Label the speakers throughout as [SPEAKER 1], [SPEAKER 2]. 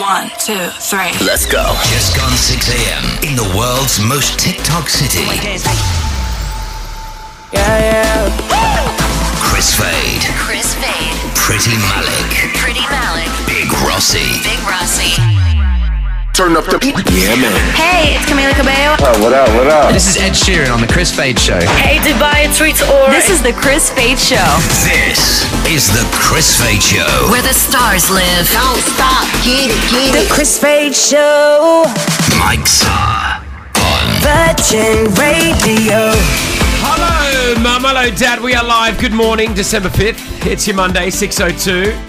[SPEAKER 1] One, two, three.
[SPEAKER 2] Let's go.
[SPEAKER 3] Just gone 6 a.m. in the world's most TikTok city. Chris Fade,
[SPEAKER 4] Chris Fade,
[SPEAKER 3] Pretty Malik,
[SPEAKER 4] Pretty Malik,
[SPEAKER 3] Big Rossi.
[SPEAKER 4] Big Rossi.
[SPEAKER 2] Turn up the. Yeah, man.
[SPEAKER 5] Hey, it's Camila Cabello.
[SPEAKER 2] What up? What up?
[SPEAKER 6] This is Ed Sheeran on the Chris Fade Show.
[SPEAKER 5] Hey, Dubai, it's Rita Ora. This is the Chris Fade Show.
[SPEAKER 3] This is the Chris Fade Show.
[SPEAKER 4] Where the stars live. Don't stop. Get it, get it.
[SPEAKER 7] Chris Fade Show,
[SPEAKER 3] Mike's are on
[SPEAKER 7] Virgin Radio.
[SPEAKER 8] Hello, Mum. Hello, Dad. We are live. Good morning, December 5th. It's your Monday, 6.02.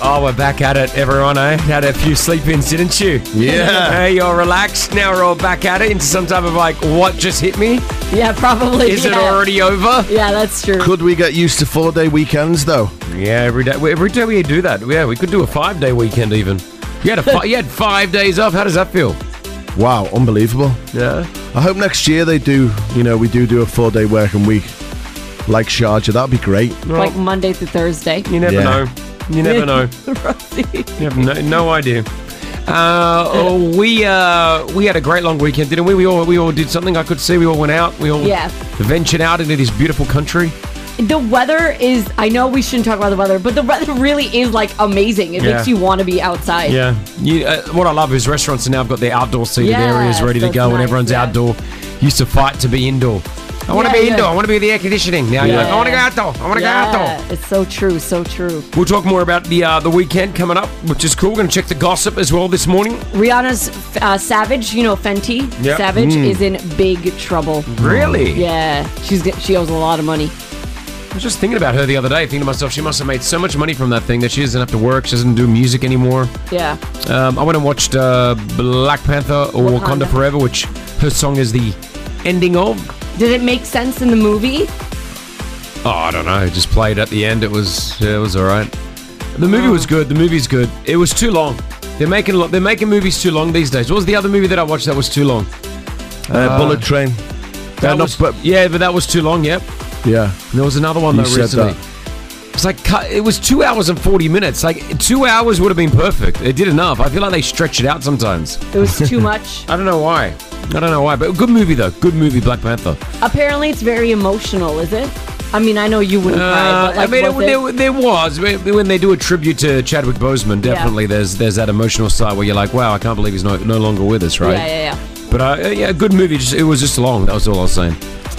[SPEAKER 8] Oh, we're back at it, everyone, eh? Had a few sleep-ins, didn't you?
[SPEAKER 6] Yeah.
[SPEAKER 8] Hey, you're relaxed. Now we're all back at it into some type of like, what just hit me?
[SPEAKER 9] Yeah, probably.
[SPEAKER 8] Is
[SPEAKER 9] yeah.
[SPEAKER 8] it already over?
[SPEAKER 9] Yeah, that's true.
[SPEAKER 6] Could we get used to four day weekends though?
[SPEAKER 8] Yeah, every day. Every day we do that. Yeah, we could do a five-day weekend even. You had, a fi- you had five days off. How does that feel?
[SPEAKER 6] Wow, unbelievable.
[SPEAKER 8] Yeah.
[SPEAKER 6] I hope next year they do, you know, we do do a four day working week like Sharjah. That'd be great.
[SPEAKER 9] Like Monday through Thursday.
[SPEAKER 8] You never
[SPEAKER 6] Yeah.
[SPEAKER 8] know. You never know. You have no, no idea. Uh, oh, we uh, we had a great long weekend, didn't we? We all we all did something. I could see we all went out. We all
[SPEAKER 9] Yeah.
[SPEAKER 8] ventured out into this beautiful country.
[SPEAKER 9] The weather is, I know we shouldn't talk about the weather, but the weather really is like amazing. It
[SPEAKER 8] Yeah.
[SPEAKER 9] makes you want to be outside.
[SPEAKER 8] Yeah. You, uh, what I love is restaurants have now got their outdoor seated
[SPEAKER 9] Yes,
[SPEAKER 8] areas ready to
[SPEAKER 9] that's
[SPEAKER 8] go, and
[SPEAKER 9] nice,
[SPEAKER 8] everyone's
[SPEAKER 9] yeah.
[SPEAKER 8] outdoor. Used to fight to be indoor. I want to
[SPEAKER 9] Yeah,
[SPEAKER 8] be
[SPEAKER 9] yeah.
[SPEAKER 8] indoor. I want to be with the air conditioning. Now you're like, I want to go
[SPEAKER 9] Yeah.
[SPEAKER 8] outdoor. I want to go outdoor.
[SPEAKER 9] Yeah, it's so true, so true.
[SPEAKER 8] We'll talk more about the uh, the weekend coming up, which is cool. We're going to check the gossip as well this morning.
[SPEAKER 9] Rihanna's uh, Savage, you know Fenty
[SPEAKER 8] Yeah. Mm.
[SPEAKER 9] Savage, is in big trouble.
[SPEAKER 8] Really?
[SPEAKER 9] Yeah, she's get- she owes a lot of money.
[SPEAKER 8] I was just thinking about her the other day, thinking to myself, she must have made so much money from that thing that she doesn't have to work, she doesn't do music anymore.
[SPEAKER 9] Yeah,
[SPEAKER 8] Um, I went and watched uh, Black Panther or Wakanda.
[SPEAKER 9] Wakanda.
[SPEAKER 8] Forever, which her song is the ending of.
[SPEAKER 9] did it make sense in the movie?
[SPEAKER 8] Oh, I don't know. Just played at the end. It was yeah, it was all right. The movie was good. The movie's good. It was too long. They're making lo- they're making movies too long these days. What was the other movie that I watched that was too long?
[SPEAKER 6] Uh, bullet train. Uh,
[SPEAKER 8] That
[SPEAKER 6] not
[SPEAKER 8] was-
[SPEAKER 6] bu-
[SPEAKER 8] yeah, but that was too long. Yep.
[SPEAKER 6] yeah.
[SPEAKER 8] And there was another one
[SPEAKER 6] You
[SPEAKER 8] though
[SPEAKER 6] said
[SPEAKER 8] Oh, recently. It's like cut- it was two hours and forty minutes. Like two hours would have been perfect. It did enough. I feel like they stretch it out sometimes.
[SPEAKER 9] It was too much.
[SPEAKER 8] I don't know why. I don't know why, but good movie though. Good movie, Black Panther.
[SPEAKER 9] Apparently, it's very emotional. Is it? I mean, I know you wouldn't cry,
[SPEAKER 8] Uh,
[SPEAKER 9] but like,
[SPEAKER 8] I mean,
[SPEAKER 9] was it-
[SPEAKER 8] there, there was when they do a tribute to Chadwick Boseman. Definitely, there's there's that emotional side where you're like, wow, I can't believe he's no, no longer with us, right?
[SPEAKER 9] yeah, yeah, yeah.
[SPEAKER 8] But uh, yeah, good movie. Just, it was just long. That was all I was saying.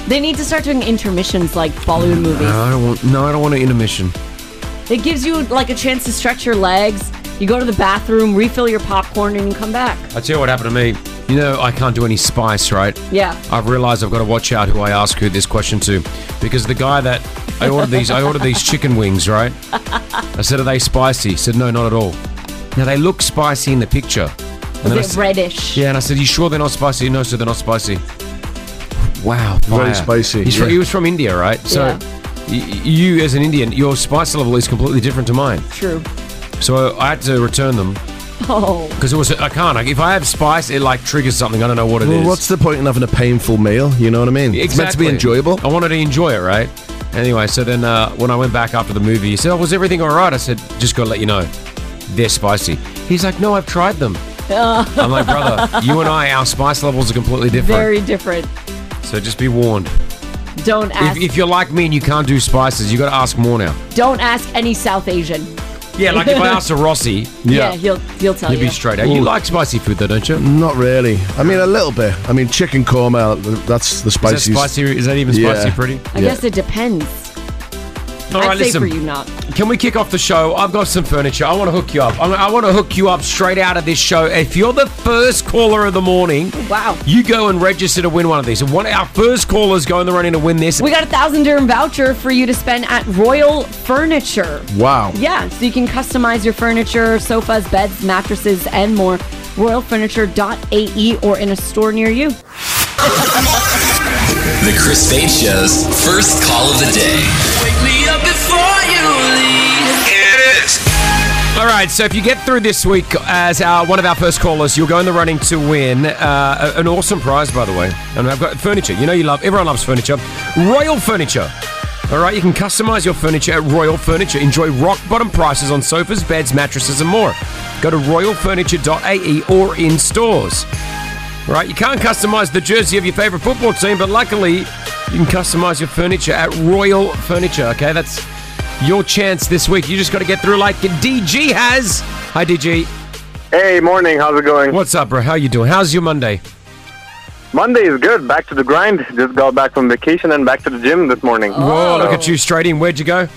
[SPEAKER 9] They need to start doing intermissions like Bollywood movies.
[SPEAKER 8] I don't want. No, I don't want an intermission.
[SPEAKER 9] It gives you like a chance to stretch your legs. You go to the bathroom, refill your popcorn, and you come back.
[SPEAKER 8] I tell you what happened to me. You know, I can't do any spice, right?
[SPEAKER 9] Yeah.
[SPEAKER 8] I've realised I've got to watch out who I ask who this question to, because the guy that I ordered these, I ordered these chicken wings, right? I said, "Are they spicy?" He said, "No, not at all." Now they look spicy in the picture. And then I
[SPEAKER 9] Is
[SPEAKER 8] s-
[SPEAKER 9] it reddish?
[SPEAKER 8] yeah, and I said, "You sure they're not spicy?" No, sir, they're not spicy. Wow,
[SPEAKER 6] Very
[SPEAKER 8] fire.
[SPEAKER 6] spicy,
[SPEAKER 8] He's fr-
[SPEAKER 6] yeah.
[SPEAKER 8] he was from India, right? So.
[SPEAKER 9] Yeah.
[SPEAKER 8] y- You, as an Indian, your spice level is completely different to mine.
[SPEAKER 9] True.
[SPEAKER 8] So I had to return them
[SPEAKER 9] Oh.
[SPEAKER 8] because it was I can't. Like, if I have spice, it like triggers something. I don't know what it is.
[SPEAKER 6] Well, what's the point in having a painful meal? You know what I mean? It's meant to be enjoyable.
[SPEAKER 8] I wanted to enjoy it, right? Anyway, so then uh, when I went back after the movie, he said, oh, "Was everything all right?" I said, "Just gotta let you know, they're spicy." He's like, "No, I've tried them." I'm like, "Brother, you and I, our spice levels are completely different.
[SPEAKER 9] Very different.
[SPEAKER 8] so just be warned.
[SPEAKER 9] Don't
[SPEAKER 8] If,
[SPEAKER 9] ask.
[SPEAKER 8] if you're like me and you can't do spices, you got to ask more now.
[SPEAKER 9] don't ask any South Asian.
[SPEAKER 8] Yeah, like if I asked a Rossi,
[SPEAKER 9] Yeah, he'll he'll tell
[SPEAKER 8] he'd
[SPEAKER 9] you.
[SPEAKER 8] be straight out. You
[SPEAKER 6] Ooh.
[SPEAKER 8] like spicy food though, don't you?
[SPEAKER 6] Not really. I mean, a little bit. I mean, chicken korma. That's the
[SPEAKER 8] Is that
[SPEAKER 6] spiciest.
[SPEAKER 8] spicy? Is that even
[SPEAKER 6] Yeah.
[SPEAKER 8] spicy? Pretty.
[SPEAKER 9] I
[SPEAKER 6] Yeah.
[SPEAKER 9] guess it depends.
[SPEAKER 8] All
[SPEAKER 9] I'd
[SPEAKER 8] right,
[SPEAKER 9] say
[SPEAKER 8] listen.
[SPEAKER 9] for you not.
[SPEAKER 8] Can we kick off the show? I've got some furniture. I want to hook you up. I'm, I want to hook you up straight out of this show. If you're the first caller of the morning,
[SPEAKER 9] Wow.
[SPEAKER 8] you go and register to win one of these. And one our first callers go in the running to win this.
[SPEAKER 9] We got a thousand dirham voucher for you to spend at Royal Furniture.
[SPEAKER 6] Wow.
[SPEAKER 9] Yeah, so you can customize your furniture, sofas, beds, mattresses, and more. Royalfurniture.ae or in a store near you.
[SPEAKER 2] The Chris Fade Show's first call of the day.
[SPEAKER 8] All right, so if you get through this week as our, one of our first callers, you'll go in the running to win uh, a- an awesome prize, by the way. And I've got furniture. You know you love, everyone loves furniture. Royal Furniture. All right, you can customize your furniture at Royal Furniture. Enjoy rock bottom prices on sofas, beds, mattresses, and more. Go to royalfurniture.ae E or in stores. All right, you can't customize the jersey of your favorite football team, but luckily, you can customize your furniture at Royal Furniture. Okay, that's your chance this week. You just got to get through like DG has. Hi, DG.
[SPEAKER 1] Hey, morning. How's it going?
[SPEAKER 8] What's up, bro? How you doing? How's your Monday?
[SPEAKER 1] Monday is good. Back to the grind. Just got back from vacation and back to the gym this morning.
[SPEAKER 8] Whoa, look
[SPEAKER 1] Oh.
[SPEAKER 8] at you straight in. Where'd you go?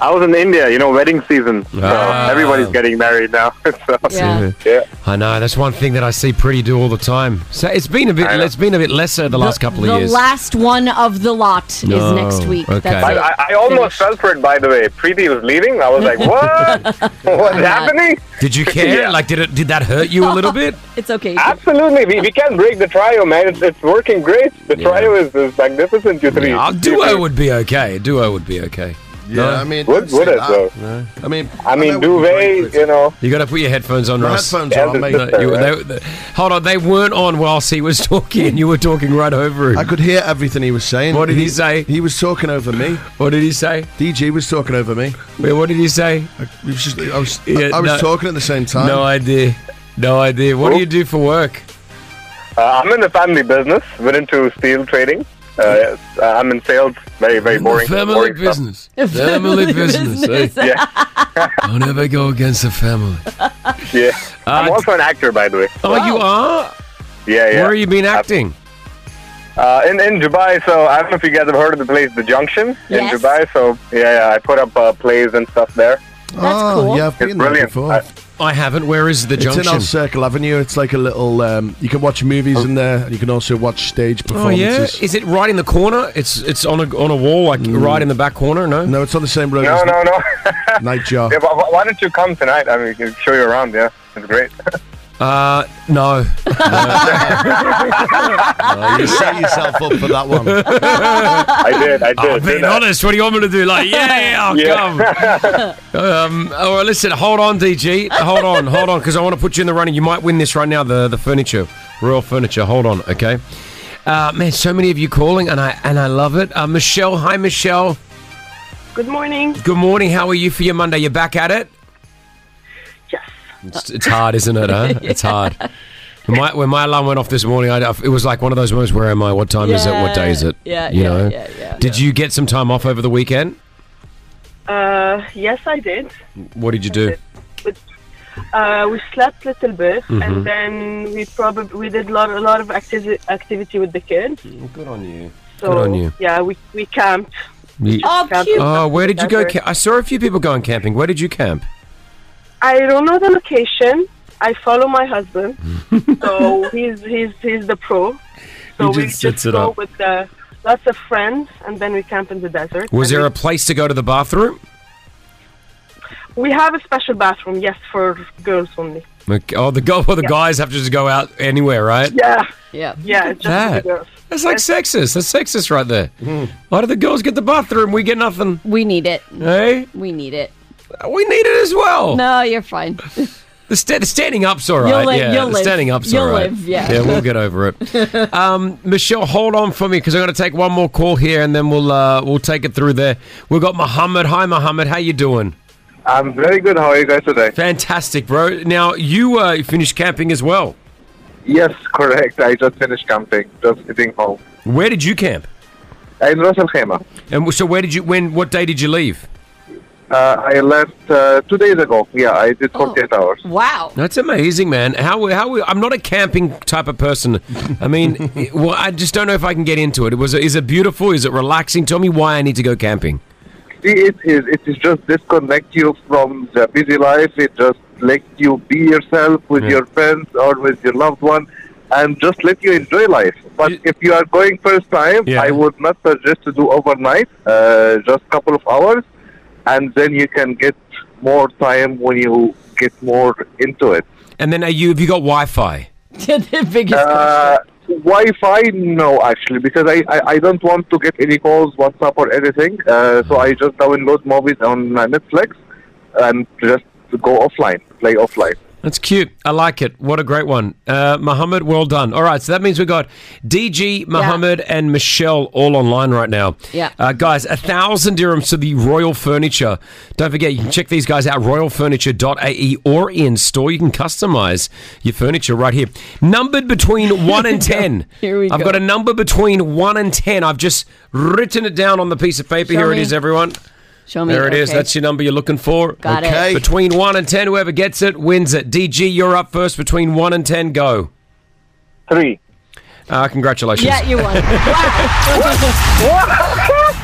[SPEAKER 1] I was in India, you know, wedding season. So
[SPEAKER 8] Ah.
[SPEAKER 1] everybody's getting married now. so,
[SPEAKER 9] Yeah.
[SPEAKER 1] yeah.
[SPEAKER 8] I know that's one thing that I see pretty do all the time. So it's been a bit.
[SPEAKER 1] I know.
[SPEAKER 8] It's been a bit lesser the last couple of
[SPEAKER 9] the
[SPEAKER 8] years.
[SPEAKER 9] last one of the lot
[SPEAKER 8] No,
[SPEAKER 9] is next week.
[SPEAKER 8] okay.
[SPEAKER 9] That's
[SPEAKER 1] I,
[SPEAKER 9] it.
[SPEAKER 1] I, I almost fell for it, by the way. Preeti was leaving. I was like, what? What's happening?
[SPEAKER 8] did you care?
[SPEAKER 1] Yeah.
[SPEAKER 8] Like, did it? Did that hurt you a little bit?
[SPEAKER 9] it's okay.
[SPEAKER 1] Absolutely. We, we can't break the trio, man. It's, it's working great. The
[SPEAKER 8] Yeah.
[SPEAKER 1] trio is, is magnificent, you three.
[SPEAKER 8] Yeah, a duo would be okay. A duo would be okay.
[SPEAKER 6] Yeah,
[SPEAKER 8] No?
[SPEAKER 6] I mean,
[SPEAKER 1] Would-
[SPEAKER 6] don't
[SPEAKER 1] would
[SPEAKER 6] say
[SPEAKER 1] it,
[SPEAKER 6] that.
[SPEAKER 1] though?
[SPEAKER 6] No. I mean,
[SPEAKER 1] I mean,
[SPEAKER 6] know what you're going
[SPEAKER 1] duvet,
[SPEAKER 6] through.
[SPEAKER 1] you know.
[SPEAKER 8] You got to put your headphones on,
[SPEAKER 6] My
[SPEAKER 8] Ross.
[SPEAKER 6] headphones
[SPEAKER 1] Yeah,
[SPEAKER 6] are on,
[SPEAKER 1] the-
[SPEAKER 6] mate.
[SPEAKER 1] the-
[SPEAKER 8] No, you- they- they- hold on, they weren't on whilst he was talking, and you were talking right over him.
[SPEAKER 6] I could hear everything he was saying.
[SPEAKER 8] What did he say?
[SPEAKER 6] He was talking over me.
[SPEAKER 8] what did he say?
[SPEAKER 6] DG was talking over me.
[SPEAKER 8] Wait, What did he say?
[SPEAKER 6] I we was, just, I was,
[SPEAKER 8] Yeah,
[SPEAKER 6] I was
[SPEAKER 8] no.
[SPEAKER 6] talking at the same time.
[SPEAKER 8] No idea. No idea. What do
[SPEAKER 1] Oh.
[SPEAKER 8] you do for work?
[SPEAKER 1] Uh, I'm in the family business. We're into steel trading. Uh, yes, uh, I'm in sales. Very, very boring.
[SPEAKER 8] Family
[SPEAKER 1] boring stuff.
[SPEAKER 8] business. Family business. eh?
[SPEAKER 1] Yeah.
[SPEAKER 8] Don't ever go against the family.
[SPEAKER 1] Yeah. I'm
[SPEAKER 8] Uh,
[SPEAKER 1] also an actor, by the way.
[SPEAKER 8] Oh, you are?
[SPEAKER 1] Yeah, yeah.
[SPEAKER 8] Where have you been acting?
[SPEAKER 1] Uh, in, in Dubai, so I don't know if you guys have heard of the place, The Junction
[SPEAKER 9] Yes.
[SPEAKER 1] in Dubai. So, yeah, yeah, I put up uh, plays and stuff there.
[SPEAKER 8] Ah,
[SPEAKER 6] oh,
[SPEAKER 9] cool.
[SPEAKER 6] yeah, I've been
[SPEAKER 1] It's
[SPEAKER 6] there
[SPEAKER 1] brilliant. Uh,
[SPEAKER 6] before.
[SPEAKER 1] I-
[SPEAKER 8] I haven't. Where is the
[SPEAKER 6] It's in
[SPEAKER 8] junction?
[SPEAKER 6] Old Circle Avenue. It's like a little. Um, you can watch movies
[SPEAKER 1] Oh.
[SPEAKER 6] in there, and you can also watch stage
[SPEAKER 8] Oh yeah,
[SPEAKER 6] performances.
[SPEAKER 8] is it right in the corner? It's it's on a on a wall, like right in the back corner. No,
[SPEAKER 6] Mm. No, it's on the same road
[SPEAKER 1] No,
[SPEAKER 6] as
[SPEAKER 1] no, no.
[SPEAKER 6] Nightjar.
[SPEAKER 1] yeah, wh- wh- why don't you come tonight? I mean, we can show you around. Yeah, it's great.
[SPEAKER 8] uh, no.
[SPEAKER 6] Oh, you set yourself up for that one. Well,
[SPEAKER 1] I did, I did.
[SPEAKER 8] I'm being
[SPEAKER 1] didn't I?
[SPEAKER 8] honest. What do you want me to do? Like, yeah, I'll
[SPEAKER 1] Yeah.
[SPEAKER 8] come. um, all right, listen. Hold on, DG. Hold on, hold on, because I want to put you in the running. You might win this right now. The the furniture, royal furniture. Hold on, okay. Uh, man, so many of you calling, and I and I love it. Uh, Michelle, hi, Michelle.
[SPEAKER 10] Good morning.
[SPEAKER 8] Good morning. How are you for your Monday? You're back at it.
[SPEAKER 10] Yes.
[SPEAKER 8] It's, it's hard, isn't it? Huh? It's hard. When my, when my alarm went off this morning, I, it was like one of those moments. Where am I? What time is it? What day is it?
[SPEAKER 9] Yeah,
[SPEAKER 8] you
[SPEAKER 9] yeah,
[SPEAKER 8] know.
[SPEAKER 9] yeah, yeah.
[SPEAKER 8] Did you get some time off over the weekend?
[SPEAKER 10] Uh, yes, I did.
[SPEAKER 8] What did you do?
[SPEAKER 10] But, uh, we slept a little bit,
[SPEAKER 8] Mm-hmm.
[SPEAKER 10] and then we probably we did lot, a lot of acti- activity with the kids.
[SPEAKER 8] Mm, Good on you.
[SPEAKER 10] So
[SPEAKER 8] Good on you.
[SPEAKER 10] yeah, we we camped.
[SPEAKER 9] Oh,
[SPEAKER 10] Camped
[SPEAKER 9] cute.
[SPEAKER 8] Oh, where did you go?
[SPEAKER 10] together.
[SPEAKER 8] Ca- I saw a few people going camping. Where did you camp?
[SPEAKER 10] I don't know the location. I follow my husband, so he's he's he's the pro. So
[SPEAKER 8] He
[SPEAKER 10] we
[SPEAKER 8] just
[SPEAKER 10] just
[SPEAKER 8] sets it
[SPEAKER 10] go
[SPEAKER 8] up.
[SPEAKER 10] with uh, lots of friends, and then we camp in the desert.
[SPEAKER 8] Was
[SPEAKER 10] And
[SPEAKER 8] there a
[SPEAKER 10] we-
[SPEAKER 8] place to go to the bathroom?
[SPEAKER 10] We have a special bathroom, yes, for girls only.
[SPEAKER 8] Like, Oh, the go- well, the guys have to just go out anywhere, right?
[SPEAKER 10] Yeah,
[SPEAKER 9] yeah.
[SPEAKER 10] yeah, just for the
[SPEAKER 8] That.
[SPEAKER 10] girls.
[SPEAKER 8] That's like sexist. That's sexist right there. Why do the girls get the bathroom? We get nothing.
[SPEAKER 9] We need it.
[SPEAKER 8] Hey,
[SPEAKER 9] We need it.
[SPEAKER 8] we need it as well.
[SPEAKER 9] No, you're fine.
[SPEAKER 8] The, sta the standing up's all right.
[SPEAKER 9] live-
[SPEAKER 8] yeah,
[SPEAKER 9] you'll
[SPEAKER 8] the
[SPEAKER 9] live.
[SPEAKER 8] standing up's all
[SPEAKER 9] You'll
[SPEAKER 8] right.
[SPEAKER 9] live, yeah.
[SPEAKER 8] we'll get over it. Um, Michelle, hold on for me because I'm going to take one more call here, and then we'll uh, we'll take it through there. We've got Mohammed. Hi, Mohammed. How you doing?
[SPEAKER 1] I'm very good. How are you guys today?
[SPEAKER 8] Fantastic, bro. Now you uh, finished camping as well.
[SPEAKER 1] Yes, correct. I just finished camping, just sitting home.
[SPEAKER 8] Where did you camp?
[SPEAKER 1] In Ras Al Khaimah.
[SPEAKER 8] And so where did you? When? What day did you leave?
[SPEAKER 1] Uh, I left uh, two days ago. Yeah, I did 48 hours.
[SPEAKER 9] Wow.
[SPEAKER 8] That's amazing, man. How how I'm not a camping type of person. I mean, it- well, I just don't know if I can get into it. It was is it beautiful? Is it relaxing? Tell me why I need to go camping.
[SPEAKER 1] See, it is it is just disconnect you from the busy life. It just let you be yourself with your friends or with your loved one, and just let you enjoy life. But
[SPEAKER 8] You-
[SPEAKER 1] if you are going first time,
[SPEAKER 8] Yeah.
[SPEAKER 1] I would not suggest to do overnight. Uh, just couple of hours, and then you can get more time when you get more into it.
[SPEAKER 8] And then are you have you got Wi-Fi?
[SPEAKER 9] the biggest
[SPEAKER 1] Uh, Wi-Fi, no, actually, because I, I, I don't want to get any calls, WhatsApp, or anything. Uh, so I just download movies on uh, Netflix and just go offline, play offline.
[SPEAKER 8] That's cute. I like it. What a great one. Uh, Muhammad, well done. All right, so that means we've got DG, Muhammad, and Michelle all online right now.
[SPEAKER 11] Yeah.
[SPEAKER 8] Uh, guys, a thousand dirhams to the Royal Furniture. Don't forget, you can check these guys out, royalfurniture.ae or in store. You can customize your furniture right here. Numbered between 1 and 10.
[SPEAKER 11] Here we
[SPEAKER 8] I've
[SPEAKER 11] go.
[SPEAKER 8] got a number between 1 and 10. I've just written it down on the piece of paper.
[SPEAKER 11] Show
[SPEAKER 8] here it
[SPEAKER 11] me.
[SPEAKER 8] is, everyone.
[SPEAKER 9] Show me.
[SPEAKER 8] There it is.
[SPEAKER 9] Okay.
[SPEAKER 8] That's your number you're looking for.
[SPEAKER 9] Got it. Okay.
[SPEAKER 8] Between 1 and 10, whoever gets it wins it. DG, you're up first. Between 1 and 10, go. 3. Uh, congratulations.
[SPEAKER 9] Yeah, you won.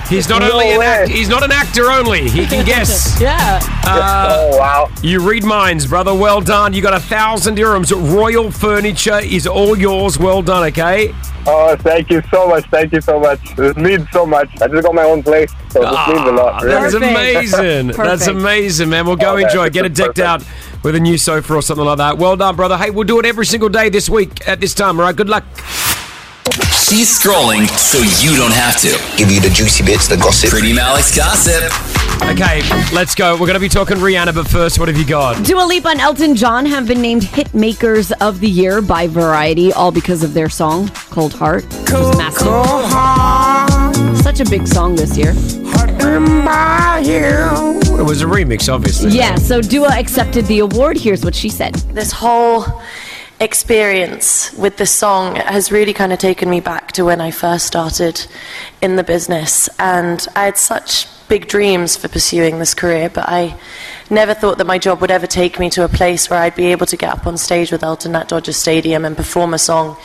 [SPEAKER 8] He's not
[SPEAKER 11] No
[SPEAKER 8] only an
[SPEAKER 11] way.
[SPEAKER 8] act, he's not an actor only. He can guess.
[SPEAKER 9] yeah.
[SPEAKER 2] Uh,
[SPEAKER 8] oh wow! You read minds, brother. Well done. You got a thousand dirhams. Royal furniture is all yours. Well done. Okay.
[SPEAKER 12] Oh, thank you so much. Thank you so much. It means so much. I just got my own place, so this means a lot. really.
[SPEAKER 8] That's Ah, amazing. That's amazing, man. We'll go
[SPEAKER 12] Oh, that's
[SPEAKER 8] enjoy. Get it decked
[SPEAKER 12] perfect.
[SPEAKER 8] out with a new sofa or something like that. Well done, brother. Hey, we'll do it every single day this week at this time. All right. Good luck.
[SPEAKER 2] She's scrolling so you don't have to. Give you the juicy bits, the gossip. Pretty Malik's gossip.
[SPEAKER 8] Okay, let's go. We're going to be talking Rihanna, but first, what have you got?
[SPEAKER 9] Dua Lipa and Elton John have been named Hit Makers of the Year by Variety, all because of their song "Cold Heart," which was massive. Such a big song this year.
[SPEAKER 8] It was a remix, obviously.
[SPEAKER 9] Yeah, so Dua accepted the award. Here's what she said.
[SPEAKER 13] This whole experience with this song has really kind of taken me back to when I first started in the business. And I had such big dreams for pursuing this career, but I never thought that my job would ever take me to a place where I'd be able to get up on stage with Elton at Dodger Stadium and perform a song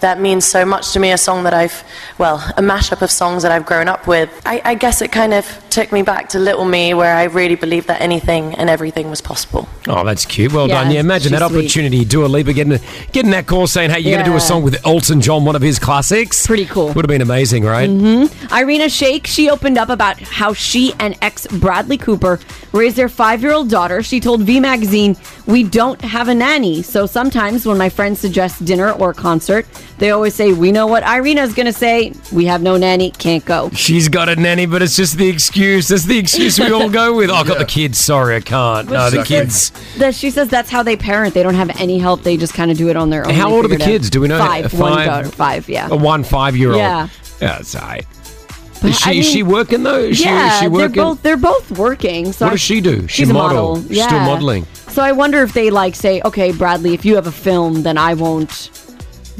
[SPEAKER 13] that means so much to me, a song that I've, well, a mashup of songs that I've grown up with. I, I guess it kind of took me back to little me where I really believed that anything and everything was possible.
[SPEAKER 8] Oh, that's cute. Well
[SPEAKER 13] Yeah,
[SPEAKER 8] done. Yeah, imagine
[SPEAKER 13] she's
[SPEAKER 8] that opportunity. Dua Lipa getting getting that call saying, "Hey, you're going to do
[SPEAKER 9] Yeah.
[SPEAKER 8] a song with Elton John, one of his classics." Pretty cool. Would have been amazing, right?
[SPEAKER 9] hmm Irina Shayk, she opened up about how she and ex Bradley Cooper raised their five year old daughter. She told V Magazine, We don't have a nanny. So sometimes when my friends suggest dinner or concert, they always say, We know what Irina's going to say. We have no nanny, can't go.
[SPEAKER 8] She's got a nanny, but it's just the excuse. That's the excuse we all go with. Oh, I got the kids. Sorry, I can't.
[SPEAKER 9] But
[SPEAKER 8] no,
[SPEAKER 9] she
[SPEAKER 8] the kids.
[SPEAKER 9] says- that she says that's how they parent. They don't have any help. They just kind of do it on their own.
[SPEAKER 8] How
[SPEAKER 9] They
[SPEAKER 8] old are the
[SPEAKER 9] figured it out.
[SPEAKER 8] kids? Do we know?
[SPEAKER 9] Five.
[SPEAKER 8] A
[SPEAKER 9] One
[SPEAKER 8] five-
[SPEAKER 9] daughter. Five. Yeah.
[SPEAKER 8] A one five-year-old.
[SPEAKER 9] Yeah.
[SPEAKER 8] Yeah, it's all right.
[SPEAKER 9] But
[SPEAKER 8] Is she,
[SPEAKER 9] I
[SPEAKER 8] is she
[SPEAKER 9] mean-
[SPEAKER 8] working though? Is she,
[SPEAKER 9] yeah,
[SPEAKER 8] is she working?
[SPEAKER 9] they're both they're both working. So
[SPEAKER 8] What
[SPEAKER 9] I-
[SPEAKER 8] does she do? She
[SPEAKER 9] she's
[SPEAKER 8] model.
[SPEAKER 9] a model.
[SPEAKER 8] She's
[SPEAKER 9] Yeah.
[SPEAKER 8] still modeling.
[SPEAKER 9] So I wonder if they like say, okay, Bradley, if you have a film, then I won't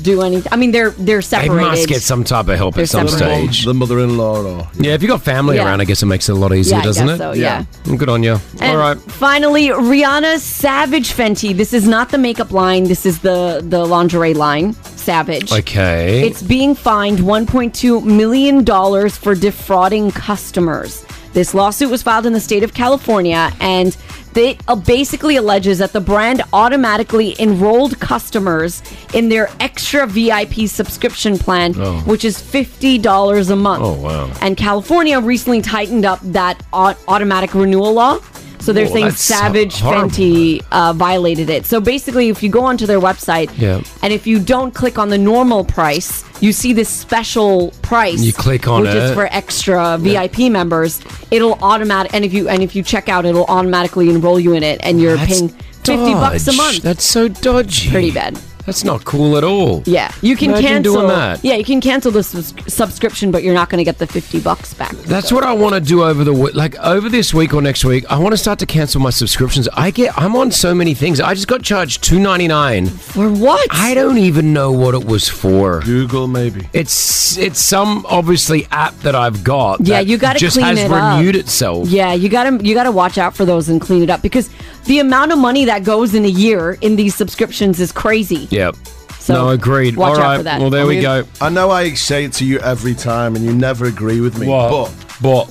[SPEAKER 9] do anything. I mean, they're they're
[SPEAKER 8] They
[SPEAKER 9] separated.
[SPEAKER 8] must get some type of help
[SPEAKER 9] They're
[SPEAKER 8] at some
[SPEAKER 9] separated.
[SPEAKER 8] stage.
[SPEAKER 6] The mother-in-law. Or,
[SPEAKER 8] yeah, if you have got family
[SPEAKER 9] Yeah.
[SPEAKER 8] around, I guess it makes it a lot easier,
[SPEAKER 9] Yeah, I
[SPEAKER 8] doesn't
[SPEAKER 9] guess
[SPEAKER 8] it?
[SPEAKER 9] so, yeah.
[SPEAKER 8] Well, Good on you.
[SPEAKER 9] And
[SPEAKER 8] all right.
[SPEAKER 9] Finally, Rihanna Savage Fenty. This is not the makeup line. This is the the lingerie line. Savage.
[SPEAKER 8] Okay.
[SPEAKER 9] It's being fined $1.2 million for defrauding customers. This lawsuit was filed in the state of California, and it uh, basically alleges that the brand automatically enrolled customers in their extra VIP subscription plan,
[SPEAKER 11] Oh.
[SPEAKER 9] which is $50 a month.
[SPEAKER 11] Oh, wow.
[SPEAKER 9] And California recently tightened up that au- automatic renewal law. So they're
[SPEAKER 11] Oh,
[SPEAKER 9] saying
[SPEAKER 11] that's so
[SPEAKER 9] Savage
[SPEAKER 11] horrible.
[SPEAKER 9] Fenty uh, violated it. So basically, if you go onto their website,
[SPEAKER 11] Yeah.
[SPEAKER 9] and if you don't click on the normal price, you see this special price.
[SPEAKER 11] You click on
[SPEAKER 9] which is
[SPEAKER 11] it.
[SPEAKER 9] for extra VIP members. It'll automatic, and if you and if you check out, it'll automatically enroll you in it, and you're paying fifty bucks a
[SPEAKER 8] dodge.
[SPEAKER 9] month.
[SPEAKER 8] That's so dodgy.
[SPEAKER 9] Pretty bad.
[SPEAKER 8] That's not cool at all.
[SPEAKER 9] Yeah, you can
[SPEAKER 8] Imagine
[SPEAKER 9] cancel.
[SPEAKER 8] doing that.
[SPEAKER 9] Yeah, you can cancel the subs- subscription, but you're not going to get the fifty bucks back.
[SPEAKER 8] That's what I want to do over the we- like over this week or next week. I want to start to cancel my subscriptions. I get I'm on so many things. I just got charged two ninety nine
[SPEAKER 9] for what?
[SPEAKER 8] I don't even know what it was for. Google maybe. It's it's some obviously app that I've got.
[SPEAKER 9] Yeah,
[SPEAKER 8] that
[SPEAKER 9] you got to
[SPEAKER 8] just
[SPEAKER 9] clean
[SPEAKER 8] has
[SPEAKER 9] it up.
[SPEAKER 8] renewed itself.
[SPEAKER 9] Yeah, you got to you got to watch out for those and clean it up because the amount of money that goes in a year in these subscriptions is crazy.
[SPEAKER 8] Yep.
[SPEAKER 9] So,
[SPEAKER 6] no,
[SPEAKER 8] agreed.
[SPEAKER 9] watch All out right. for that. Well, there we go.
[SPEAKER 6] I know I say it to you every time, and you never agree with me.
[SPEAKER 8] What? But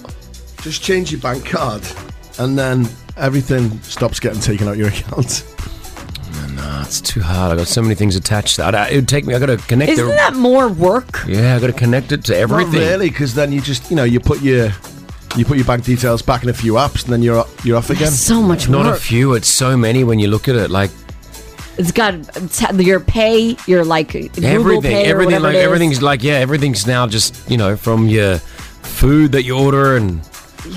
[SPEAKER 6] just change your bank card, and then everything stops getting taken out your account.
[SPEAKER 8] Nah, Ah, it's too hard. I got so many things attached. That Uh, it would take me. I got to connect.
[SPEAKER 9] Isn't
[SPEAKER 8] the-
[SPEAKER 9] that more work?
[SPEAKER 8] yeah, I got to connect it to everything.
[SPEAKER 6] Not really, because then you just you know you put your you put your bank details back in a few apps, and then you're you're off again.
[SPEAKER 8] Not a few. It's so many when you look at it. Like
[SPEAKER 9] It's got it's- your pay, your like Google
[SPEAKER 8] everything,
[SPEAKER 9] Pay, or
[SPEAKER 8] everything,
[SPEAKER 9] whatever
[SPEAKER 8] like
[SPEAKER 9] it is.
[SPEAKER 8] everything's like yeah, everything's now just you know from your food that you order and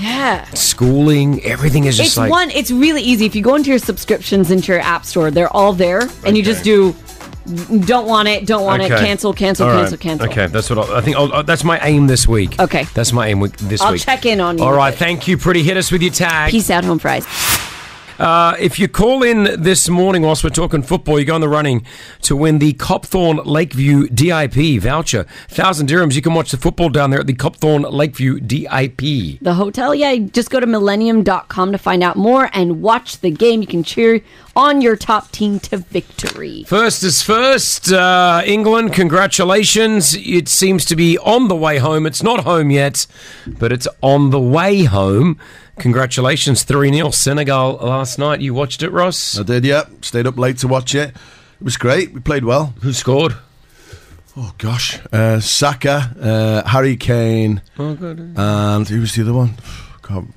[SPEAKER 9] Yeah.
[SPEAKER 8] schooling, everything is just
[SPEAKER 9] It's
[SPEAKER 8] like
[SPEAKER 9] one. It's really easy if you go into your subscriptions into your app store. They're all there, and you just do. Don't want it. Don't want it.
[SPEAKER 8] Okay.
[SPEAKER 9] Cancel. Cancel.
[SPEAKER 8] All right.
[SPEAKER 9] cancel. Cancel.
[SPEAKER 8] Okay, that's what I'll, I think. I'll, uh, that's my aim this week. Okay, that's my aim week, this
[SPEAKER 9] I'll
[SPEAKER 8] week.
[SPEAKER 9] check in on you
[SPEAKER 8] All
[SPEAKER 9] with
[SPEAKER 8] right, thank you, pretty. Hit us with your tag.
[SPEAKER 9] Peace out, home fries.
[SPEAKER 8] Uh, if you call in this morning whilst we're talking football, you go on the running to win the Copthorne Lakeview DIP voucher, thousand dirhams. You can watch the football down there at the Copthorne Lakeview DIP.
[SPEAKER 9] The hotel, yeah, just go to millennium.com to find out more and watch the game. You can cheer on your top team to victory.
[SPEAKER 8] First is first, uh, England. Congratulations! It seems to be on the way home. It's not home yet, but it's on the way home. Congratulations, three 0 Senegal last night. You watched it, Ross?
[SPEAKER 6] I did, yeah. Stayed up late to watch it. It was great. We played well.
[SPEAKER 8] Who scored?
[SPEAKER 6] Oh, gosh. Uh, Saka, uh, Harry Kane.
[SPEAKER 8] Oh, good.
[SPEAKER 6] And who was the other one? Can't,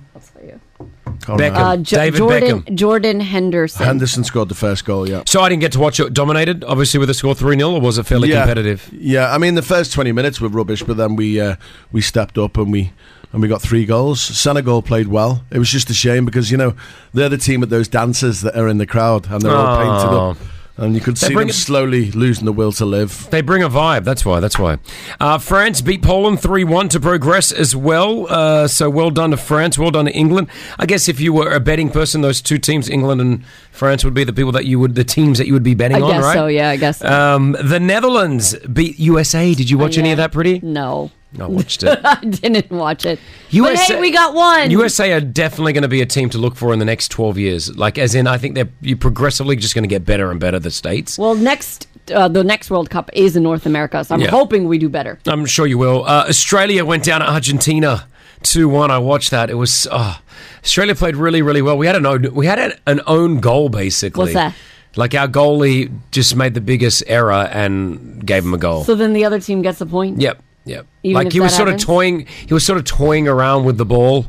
[SPEAKER 6] can't remember.
[SPEAKER 9] Uh, Jo- Jordan, Jordan Henderson.
[SPEAKER 6] Henderson scored the first goal, yeah.
[SPEAKER 8] So I didn't get to watch it dominated, obviously, with a score 3 0, or was it fairly
[SPEAKER 6] yeah,
[SPEAKER 8] competitive?
[SPEAKER 6] Yeah, I mean the first twenty minutes were rubbish, but then we uh, we stepped up and we and we got three goals. Senegal played well. It was just a shame because you know they're the team with those dancers that are in the crowd and they're all painted
[SPEAKER 8] Oh.
[SPEAKER 6] up, and you could
[SPEAKER 8] They
[SPEAKER 6] see
[SPEAKER 8] bring
[SPEAKER 6] them
[SPEAKER 8] it-
[SPEAKER 6] slowly losing the will to live.
[SPEAKER 8] They bring a vibe, that's why, that's why. Uh, France beat Poland 3 1 to progress as well. Uh, so well done to France, well done to England. I guess if you were a betting person, those two teams, England and France, would be the people that you would, the teams that you would be betting
[SPEAKER 9] I
[SPEAKER 8] on,
[SPEAKER 9] guess
[SPEAKER 8] right?
[SPEAKER 9] so, yeah, I guess so.
[SPEAKER 8] Um, the Netherlands beat USA. Did you watch any of that, Pretty?
[SPEAKER 9] No.
[SPEAKER 8] I watched it.
[SPEAKER 9] I didn't watch it.
[SPEAKER 8] USA
[SPEAKER 9] but hey, we got one.
[SPEAKER 8] USA are definitely going to be a team to look for in the next 12 years. Like, as in, I think they're you progressively just going to get better and better, the States.
[SPEAKER 9] well, next uh, the next World Cup is in North America, so I'm
[SPEAKER 8] Yeah.
[SPEAKER 9] hoping we do better.
[SPEAKER 8] I'm sure you will. Uh, Australia went down to Argentina 2 1. I watched that. It was. Uh, Australia played really, really well. We had an own, we had an- an own goal, basically.
[SPEAKER 9] What's that?
[SPEAKER 8] Like, our goalie just made the biggest error and gave him a goal.
[SPEAKER 9] So then the other team gets the point.
[SPEAKER 8] Yep, yep.
[SPEAKER 9] Even
[SPEAKER 8] like
[SPEAKER 9] if
[SPEAKER 8] he was
[SPEAKER 9] that
[SPEAKER 8] sort
[SPEAKER 9] happens?
[SPEAKER 8] of toying. He was sort of toying around with the ball,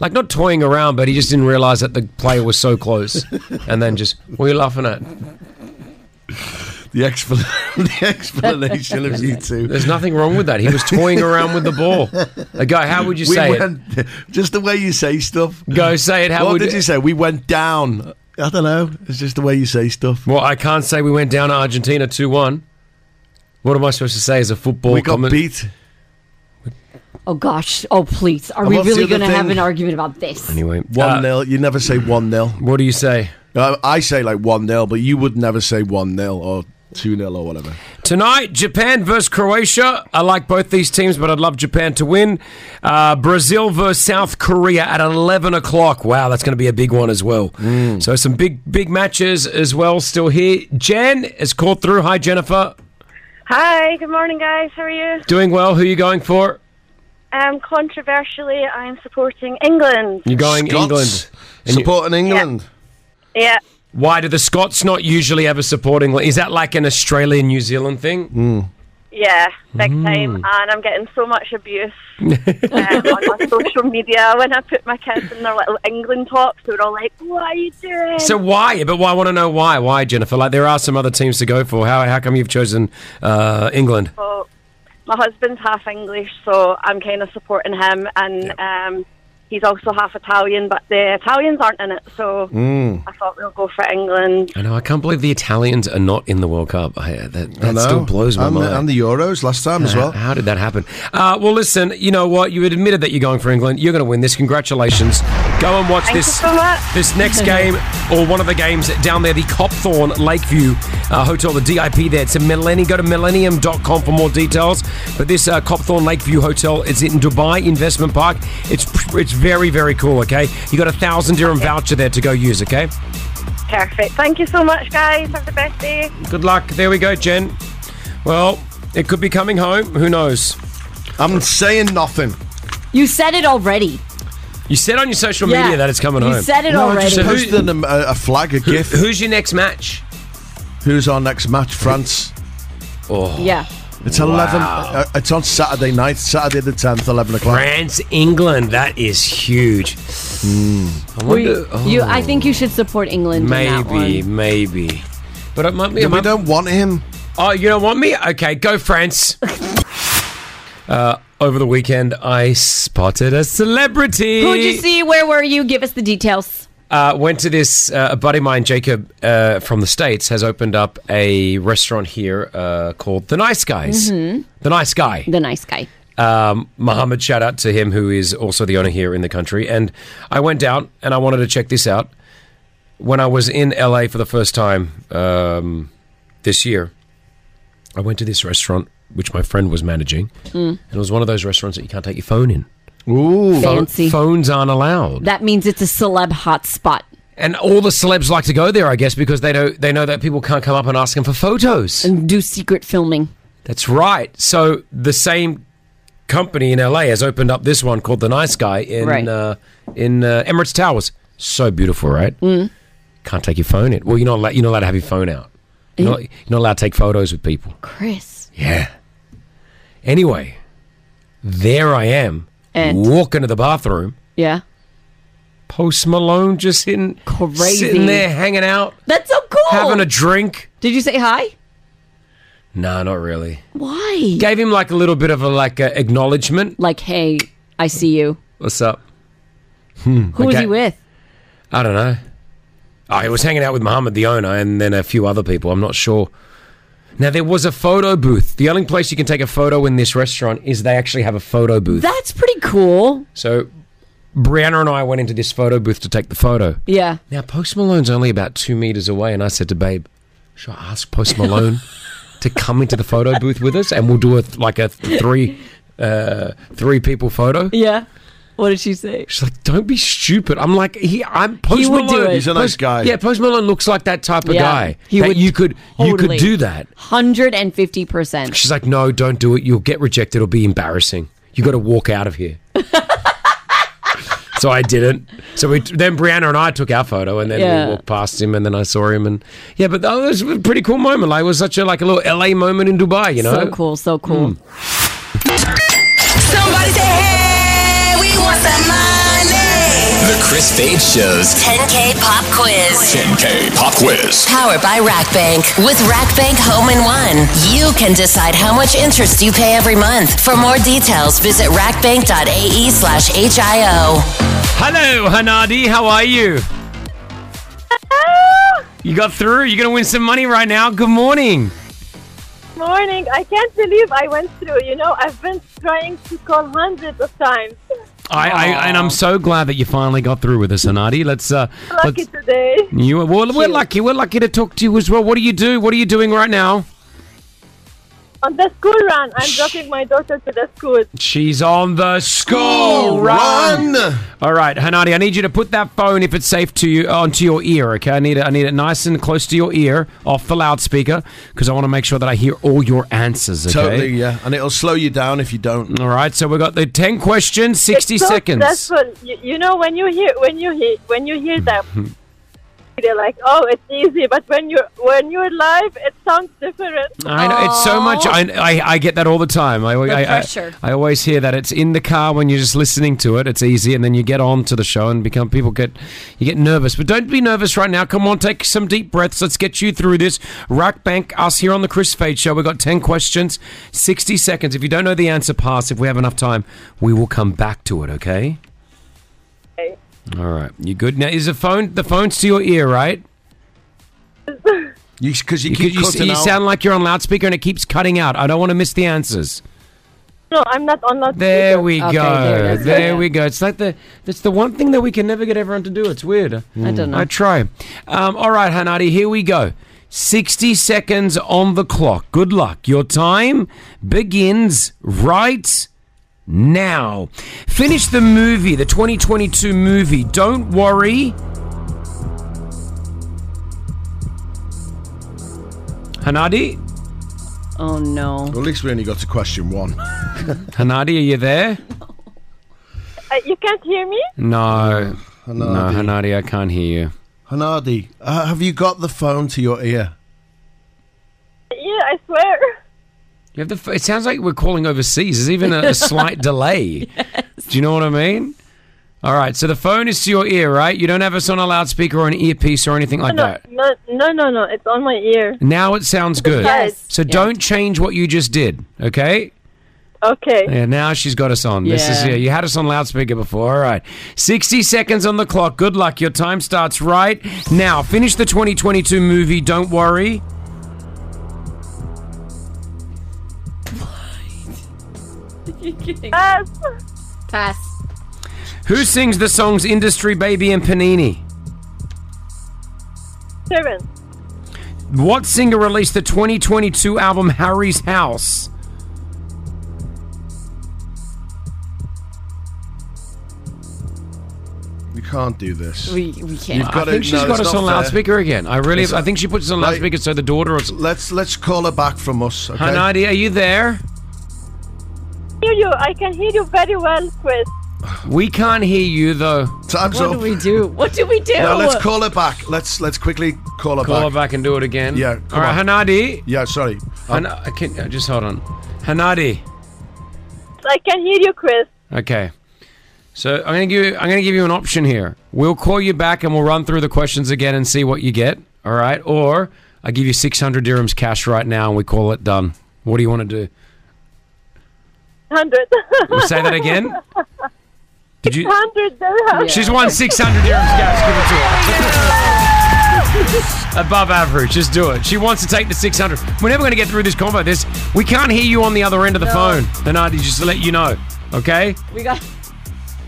[SPEAKER 8] like not toying around, but he just didn't realize that the player was so close, and then just what are you laughing at?
[SPEAKER 6] The, expl- the explanation of you two.
[SPEAKER 8] There's nothing wrong with that. He was toying around with the ball. A guy, how would you
[SPEAKER 6] We
[SPEAKER 8] say it?
[SPEAKER 6] went- Just the way you say stuff.
[SPEAKER 8] Go say it. How
[SPEAKER 6] what
[SPEAKER 8] would
[SPEAKER 6] did you say? We went down. I don't know. It's just the way you say stuff.
[SPEAKER 8] Well, I can't say we went down to Argentina two one. What am I supposed to say as a football?
[SPEAKER 6] We got
[SPEAKER 8] comment-
[SPEAKER 6] beat.
[SPEAKER 9] Oh gosh. Oh please. Are
[SPEAKER 6] And
[SPEAKER 9] we
[SPEAKER 6] what's the
[SPEAKER 9] really
[SPEAKER 6] other
[SPEAKER 9] going to have
[SPEAKER 6] thing?
[SPEAKER 9] an argument about this?
[SPEAKER 8] Anyway, uh,
[SPEAKER 6] one 0 You never say one 0
[SPEAKER 8] What do you say?
[SPEAKER 6] I say like one 0 but you would never say one 0 or two 0 or whatever.
[SPEAKER 8] Tonight, Japan versus Croatia. I like both these teams, but I'd love Japan to win. Uh, Brazil versus South Korea at 11 o'clock. Wow, that's going to be a big one as well.
[SPEAKER 6] Mm.
[SPEAKER 8] So, some big, big matches as well still here. Jen is called through. Hi, Jennifer.
[SPEAKER 11] Hi, good morning, guys. How are you?
[SPEAKER 8] Doing well. Who are you going for?
[SPEAKER 11] Um, controversially, I'm supporting England.
[SPEAKER 8] You're going
[SPEAKER 6] Scots.
[SPEAKER 8] England.
[SPEAKER 6] Supporting England.
[SPEAKER 11] Yeah,
[SPEAKER 8] Why do the Scots not usually ever support England? Is that like an Australian New Zealand thing?
[SPEAKER 6] Hmm.
[SPEAKER 11] yeah, big
[SPEAKER 8] Mm.
[SPEAKER 11] time. And I'm getting so much abuse um, on my social media when I put my kids in their little England tops. They're all like, "What are you doing?"
[SPEAKER 8] So why? But why? I want to know why. Why, Jennifer? Like there are some other teams to go for. How? How come you've chosen uh, England?
[SPEAKER 11] So, my husband's half English, so I'm kind of supporting him, and um, he's also half Italian. But the Italians aren't in it, so
[SPEAKER 6] Hmm.
[SPEAKER 8] Mm.
[SPEAKER 11] I thought we'll go for England.
[SPEAKER 8] I know. I can't believe the Italians are not in the World Cup. I, that that still blows my
[SPEAKER 6] and
[SPEAKER 8] mind.
[SPEAKER 6] The, and the Euros last time as
[SPEAKER 8] Uh,
[SPEAKER 6] well.
[SPEAKER 8] How did that happen? Uh, well, listen. You know what? You admitted that you're going for England. You're going to win this. Congratulations. Go and watch
[SPEAKER 11] Thank
[SPEAKER 8] this
[SPEAKER 11] you so much.
[SPEAKER 8] this next game or one of the games down there, the Copthorne Lakeview uh, Hotel, the DIP there. It's a Millennium. Go to millennium.com for more details. But this uh, Copthorne Lakeview Hotel is in Dubai Investment Park. It's it's very very cool. Okay, you got a thousand dirham voucher there to go use. Okay.
[SPEAKER 11] Perfect. Thank you so much, guys. Have the best day.
[SPEAKER 8] Good luck. There we go, Jen. Well, it could be coming home. Who knows?
[SPEAKER 6] I'm saying nothing.
[SPEAKER 9] You said it already.
[SPEAKER 8] You said on your social
[SPEAKER 9] Yeah.
[SPEAKER 8] media that it's coming
[SPEAKER 9] You
[SPEAKER 8] home.
[SPEAKER 9] said it
[SPEAKER 6] no, I
[SPEAKER 8] already.
[SPEAKER 6] just
[SPEAKER 8] So who-
[SPEAKER 6] posted a, a flag, a gif.
[SPEAKER 8] who's your next match?
[SPEAKER 6] Who's our next match? France.
[SPEAKER 8] Oh.
[SPEAKER 9] Yeah.
[SPEAKER 6] It's
[SPEAKER 8] Wow.
[SPEAKER 6] 11. Uh, it's on Saturday night, Saturday the 10th, 11 o'clock.
[SPEAKER 8] France, England. That is huge.
[SPEAKER 6] Hmm.
[SPEAKER 8] I
[SPEAKER 9] Were
[SPEAKER 8] wonder.
[SPEAKER 9] you, you- I
[SPEAKER 8] oh,
[SPEAKER 9] think you should support England. In that
[SPEAKER 8] maybe,
[SPEAKER 9] one.
[SPEAKER 8] maybe. But it might be.
[SPEAKER 6] Yeah, we
[SPEAKER 8] don't
[SPEAKER 6] want him.
[SPEAKER 8] Oh, you don't want me? Okay, go France. uh, over the weekend, I spotted a celebrity.
[SPEAKER 9] Who'd you see? Where were you? Give us the details.
[SPEAKER 8] Uh, went to this. Uh, a buddy of mine, Jacob uh, from the states, has opened up a restaurant here uh, called The Nice Guys.
[SPEAKER 9] Mhm.
[SPEAKER 8] The Nice Guy.
[SPEAKER 9] The nice guy.
[SPEAKER 8] Um, Mohammed, shout out to him, who is also the owner here in the country. And I went down and I wanted to check this out. When I was in LA for the first time um, this year, I went to this restaurant which my friend was managing,
[SPEAKER 9] Mm.
[SPEAKER 8] and it was one of those restaurants that you can't take your phone in.
[SPEAKER 6] Ooh,
[SPEAKER 9] Fancy.
[SPEAKER 8] phones aren't allowed.
[SPEAKER 9] That means it's a celeb hotspot.
[SPEAKER 8] And all the celebs like to go there, I guess, because they know they know that people can't come up and ask them for photos
[SPEAKER 9] and do secret filming.
[SPEAKER 8] That's right. So the same company in LA has opened up this one called the Nice Guy in
[SPEAKER 9] Right.
[SPEAKER 8] uh, in uh, Emirates Towers. So beautiful, right?
[SPEAKER 9] Mm.
[SPEAKER 8] Can't take your phone in. Well, you're not allowed, you're not allowed to have your phone out. You're not, you're not allowed to take photos with people.
[SPEAKER 9] Chris.
[SPEAKER 8] Yeah. Anyway, there I am,
[SPEAKER 9] And-
[SPEAKER 8] walking to the bathroom.
[SPEAKER 9] Yeah.
[SPEAKER 8] Post Malone just sitting,
[SPEAKER 9] Crazy.
[SPEAKER 8] sitting there hanging out,
[SPEAKER 9] That's so cool.
[SPEAKER 8] having a drink.
[SPEAKER 9] Did you say hi?
[SPEAKER 8] Nah, not really.
[SPEAKER 9] Why?
[SPEAKER 8] Gave him like a little bit of a like a acknowledgement.
[SPEAKER 9] Like, hey, I see you.
[SPEAKER 8] What's up? Hmm.
[SPEAKER 9] Who was
[SPEAKER 8] Okay.
[SPEAKER 9] he with?
[SPEAKER 8] I don't know. I was hanging out with Mohammed, the owner, and then a few other people. I'm not sure. Now there was a photo booth. The only place you can take a photo in this restaurant is they actually have a photo booth.
[SPEAKER 9] That's pretty cool.
[SPEAKER 8] so Brianna and I went into this photo booth to take the photo.
[SPEAKER 9] Yeah.
[SPEAKER 8] Now Post Malone's only about two meters away, and I said to Babe, "Should I ask Post Malone to come into the photo booth with us, and we'll do a like a three, uh, three people photo?"
[SPEAKER 9] Yeah. What did she say?
[SPEAKER 8] She's like, "Don't be stupid." I'm like, "He, I'm Post
[SPEAKER 9] He would do
[SPEAKER 8] Malone.
[SPEAKER 9] it. He's a nice
[SPEAKER 8] Post-
[SPEAKER 6] guy.
[SPEAKER 8] Yeah, Post Malone looks like that type of
[SPEAKER 9] Yeah,
[SPEAKER 8] guy.
[SPEAKER 9] he
[SPEAKER 8] that
[SPEAKER 9] would
[SPEAKER 8] you could, you could
[SPEAKER 9] totally.
[SPEAKER 8] do that."
[SPEAKER 9] 150%.
[SPEAKER 8] She's like, "No, don't do it. You'll get rejected. It'll be embarrassing. You got to walk out of here." so I didn't. So we then Brianna and I took our photo, and then
[SPEAKER 9] Yeah.
[SPEAKER 8] we walked past him, and then I saw him, and yeah, but that was a pretty cool moment. Like, it was such a like a little LA moment in Dubai, you know? Hmm.
[SPEAKER 9] So cool, so cool.
[SPEAKER 4] Somebody say, hey, we want some money.
[SPEAKER 2] The Chris Fade Show's
[SPEAKER 4] 10K pop quiz.
[SPEAKER 2] 10K Pop Quiz.
[SPEAKER 4] Powered by RackBank. With RackBank Home in One, you can decide how much interest you pay every month. For more details, visit rackbank.ae E slash HIO.
[SPEAKER 8] Hello, Hanadi. How are you? You got through. You're going to win some money right now. Good morning.
[SPEAKER 14] Morning. I can't believe I went through. You know, I've been trying to call hundreds of times.
[SPEAKER 8] I, I and I'm so glad that you finally got through with us, Hanadi. Let's uh,
[SPEAKER 14] Lucky
[SPEAKER 8] let's,
[SPEAKER 14] today.
[SPEAKER 8] you well, we're lucky. We're lucky to talk to you as well. What do you do? What are you doing right now?
[SPEAKER 14] On the school run, I'm dropping my daughter to the school.
[SPEAKER 8] She's on the school
[SPEAKER 14] School
[SPEAKER 8] run.
[SPEAKER 14] run.
[SPEAKER 8] All right, Hanadi, I need you to put that phone, if it's safe to you, onto your ear. Okay, I need it. I need it nice and close to your ear, off the loudspeaker, because I want to make sure that I hear all your answers. Okay?
[SPEAKER 6] Totally, yeah. And it'll slow you down if you don't.
[SPEAKER 8] All right, so we got the 10 questions, 60
[SPEAKER 14] so
[SPEAKER 8] seconds.
[SPEAKER 14] Stressful. You, you know, when you hear, when you hear, when you hear
[SPEAKER 8] Mm-hmm.
[SPEAKER 14] them, they're like, "Oh, it's easy," but when you when you're live, it sounds different.
[SPEAKER 8] I know it's so much. I, I I get that all the time. I, I, I-
[SPEAKER 14] pressure.
[SPEAKER 8] I always hear that it's in the car when you're just listening to it. It's easy, and then you get on to the show and become people get you get nervous. But don't be nervous right now. Come on, take some deep breaths. Let's get you through this. Rack Bank us here on the Chris Fade Show. We've got ten questions, sixty seconds. If you don't know the answer, pass. If we have enough time, we will come back to it. Okay.
[SPEAKER 14] Okay.
[SPEAKER 8] All right. You good now? Is the phone the phone's to your ear, right?
[SPEAKER 6] Because you,
[SPEAKER 8] could-
[SPEAKER 6] keep
[SPEAKER 8] you, s-
[SPEAKER 6] cutting
[SPEAKER 8] you
[SPEAKER 6] out.
[SPEAKER 8] sound like you're on loudspeaker and it keeps cutting out. I don't want to miss the answers.
[SPEAKER 14] No, I'm not on that.
[SPEAKER 8] There we
[SPEAKER 14] Okay, there
[SPEAKER 8] go.
[SPEAKER 14] it
[SPEAKER 8] oh, There,
[SPEAKER 14] is.
[SPEAKER 8] we go. It's like the it's the one thing that we can never get everyone to do. It's weird. I
[SPEAKER 14] don't know.
[SPEAKER 8] I try. Um, all right, Hanadi, here we go. 60 seconds on the clock. Good luck. Your time begins right now. Finish the movie, the 2022 movie. Don't worry. Hanadi?
[SPEAKER 9] Oh, no.
[SPEAKER 6] Well, at least we only got to question one.
[SPEAKER 8] Hanadi, are you there?
[SPEAKER 14] Uh, you can't hear me.
[SPEAKER 8] No. No, Hanadi, I can't hear you.
[SPEAKER 6] Hanadi, uh, have you got the phone to your ear?
[SPEAKER 14] Yeah, I swear.
[SPEAKER 8] You have the. f- It sounds like we're calling overseas. There's even a, a slight delay. Do you know what I mean? All right. So the phone is to your ear, right? You don't have us on a loudspeaker or an earpiece or anything like
[SPEAKER 14] no,
[SPEAKER 8] that.
[SPEAKER 14] no, no, no, no. It's on my ear.
[SPEAKER 8] Now it sounds good.
[SPEAKER 14] Yes.
[SPEAKER 8] So
[SPEAKER 14] Yeah.
[SPEAKER 8] don't change what you just did. Okay.
[SPEAKER 14] Okay.
[SPEAKER 8] Yeah, now she's got us on. This is
[SPEAKER 14] Yeah.
[SPEAKER 8] yeah. You had us on loudspeaker before. All right. 60 seconds on the clock. Good luck. Your time starts right now. Finish the 2022 movie. Don't worry.
[SPEAKER 14] Pass.
[SPEAKER 9] Pass.
[SPEAKER 8] Who sings the songs Industry Baby and Panini?
[SPEAKER 14] Seven.
[SPEAKER 8] What singer released the 2022 album Harry's House?
[SPEAKER 6] You can't do this.
[SPEAKER 9] We, we can't.
[SPEAKER 6] You've got
[SPEAKER 8] I think
[SPEAKER 6] it.
[SPEAKER 8] she's
[SPEAKER 6] No,
[SPEAKER 8] got
[SPEAKER 6] it's
[SPEAKER 8] us
[SPEAKER 6] not
[SPEAKER 8] on
[SPEAKER 6] fair.
[SPEAKER 8] loudspeaker again. I really,
[SPEAKER 6] It's-
[SPEAKER 8] I think she puts us on
[SPEAKER 6] Like-
[SPEAKER 8] loudspeaker so the daughter. Or,
[SPEAKER 6] Let's let's call her back from us. Okay?
[SPEAKER 8] Hanadi, are you there?
[SPEAKER 14] Hear you. I can hear you very well, Chris.
[SPEAKER 8] We can't hear you though.
[SPEAKER 6] Time's
[SPEAKER 14] What do
[SPEAKER 6] up.
[SPEAKER 14] we do? What do we do?
[SPEAKER 6] No, let's call her back. Let's let's quickly call her
[SPEAKER 8] Call
[SPEAKER 6] back.
[SPEAKER 8] her back and do it again.
[SPEAKER 6] Yeah.
[SPEAKER 8] All right, Hanadi.
[SPEAKER 6] Yeah, sorry. Um,
[SPEAKER 8] Han- I can uh, just hold on. Hanadi.
[SPEAKER 14] I can hear you, Chris.
[SPEAKER 8] Okay. So I'm gonna give you, I'm gonna give you an option here. We'll call you back and we'll run through the questions again and see what you get. All right. Or I give you 600 dirhams cash right now and we call it done. What do you want to do?
[SPEAKER 14] 100.
[SPEAKER 8] Say that again. Did you?
[SPEAKER 14] 100 dirhams.
[SPEAKER 8] She's won 600 dirhams cash. Give it to her. Above average, just do it. She wants to take the 600. We're never going to get through this convo. This we can't hear you on the other end of the
[SPEAKER 14] No.
[SPEAKER 8] phone. Hanadi, just to let you know. Okay.
[SPEAKER 14] We got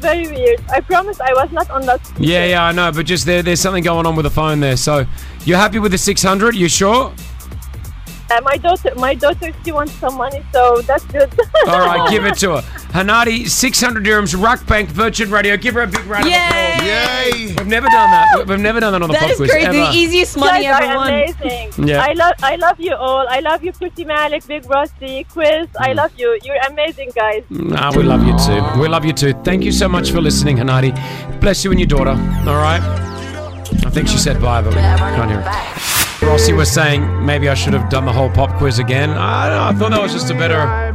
[SPEAKER 14] very weird. I promise I was not on that.
[SPEAKER 8] Yeah, yeah, I know, but just there, there's something going on with the phone there. So, you're happy with the 600? You sure?
[SPEAKER 14] Uh, my daughter, my daughter, she wants some money, so that's good.
[SPEAKER 8] All right, give it to her. Hanadi, 600 dirhams, Ruck Bank, Virgin Radio. Give her a big round of applause. Yay! We've never done that. We- We've never done that on the
[SPEAKER 9] That
[SPEAKER 8] podcast
[SPEAKER 9] is great. The
[SPEAKER 8] ever.
[SPEAKER 9] easiest money
[SPEAKER 14] Guys are
[SPEAKER 9] ever won.
[SPEAKER 14] Amazing.
[SPEAKER 8] Yeah.
[SPEAKER 14] I love, I love you all. I love you, Pretty Malik, Big Rusty, Chris. I
[SPEAKER 8] Mm.
[SPEAKER 14] love you. You're amazing, guys.
[SPEAKER 8] Nah, we love you too. We love you too. Thank you so much for listening, Hanadi. Bless you and your daughter. All right. I think she said bye, but we can't hear it. Rossi was saying maybe I should have done the whole pop quiz again. I don't know. I thought that was just a better.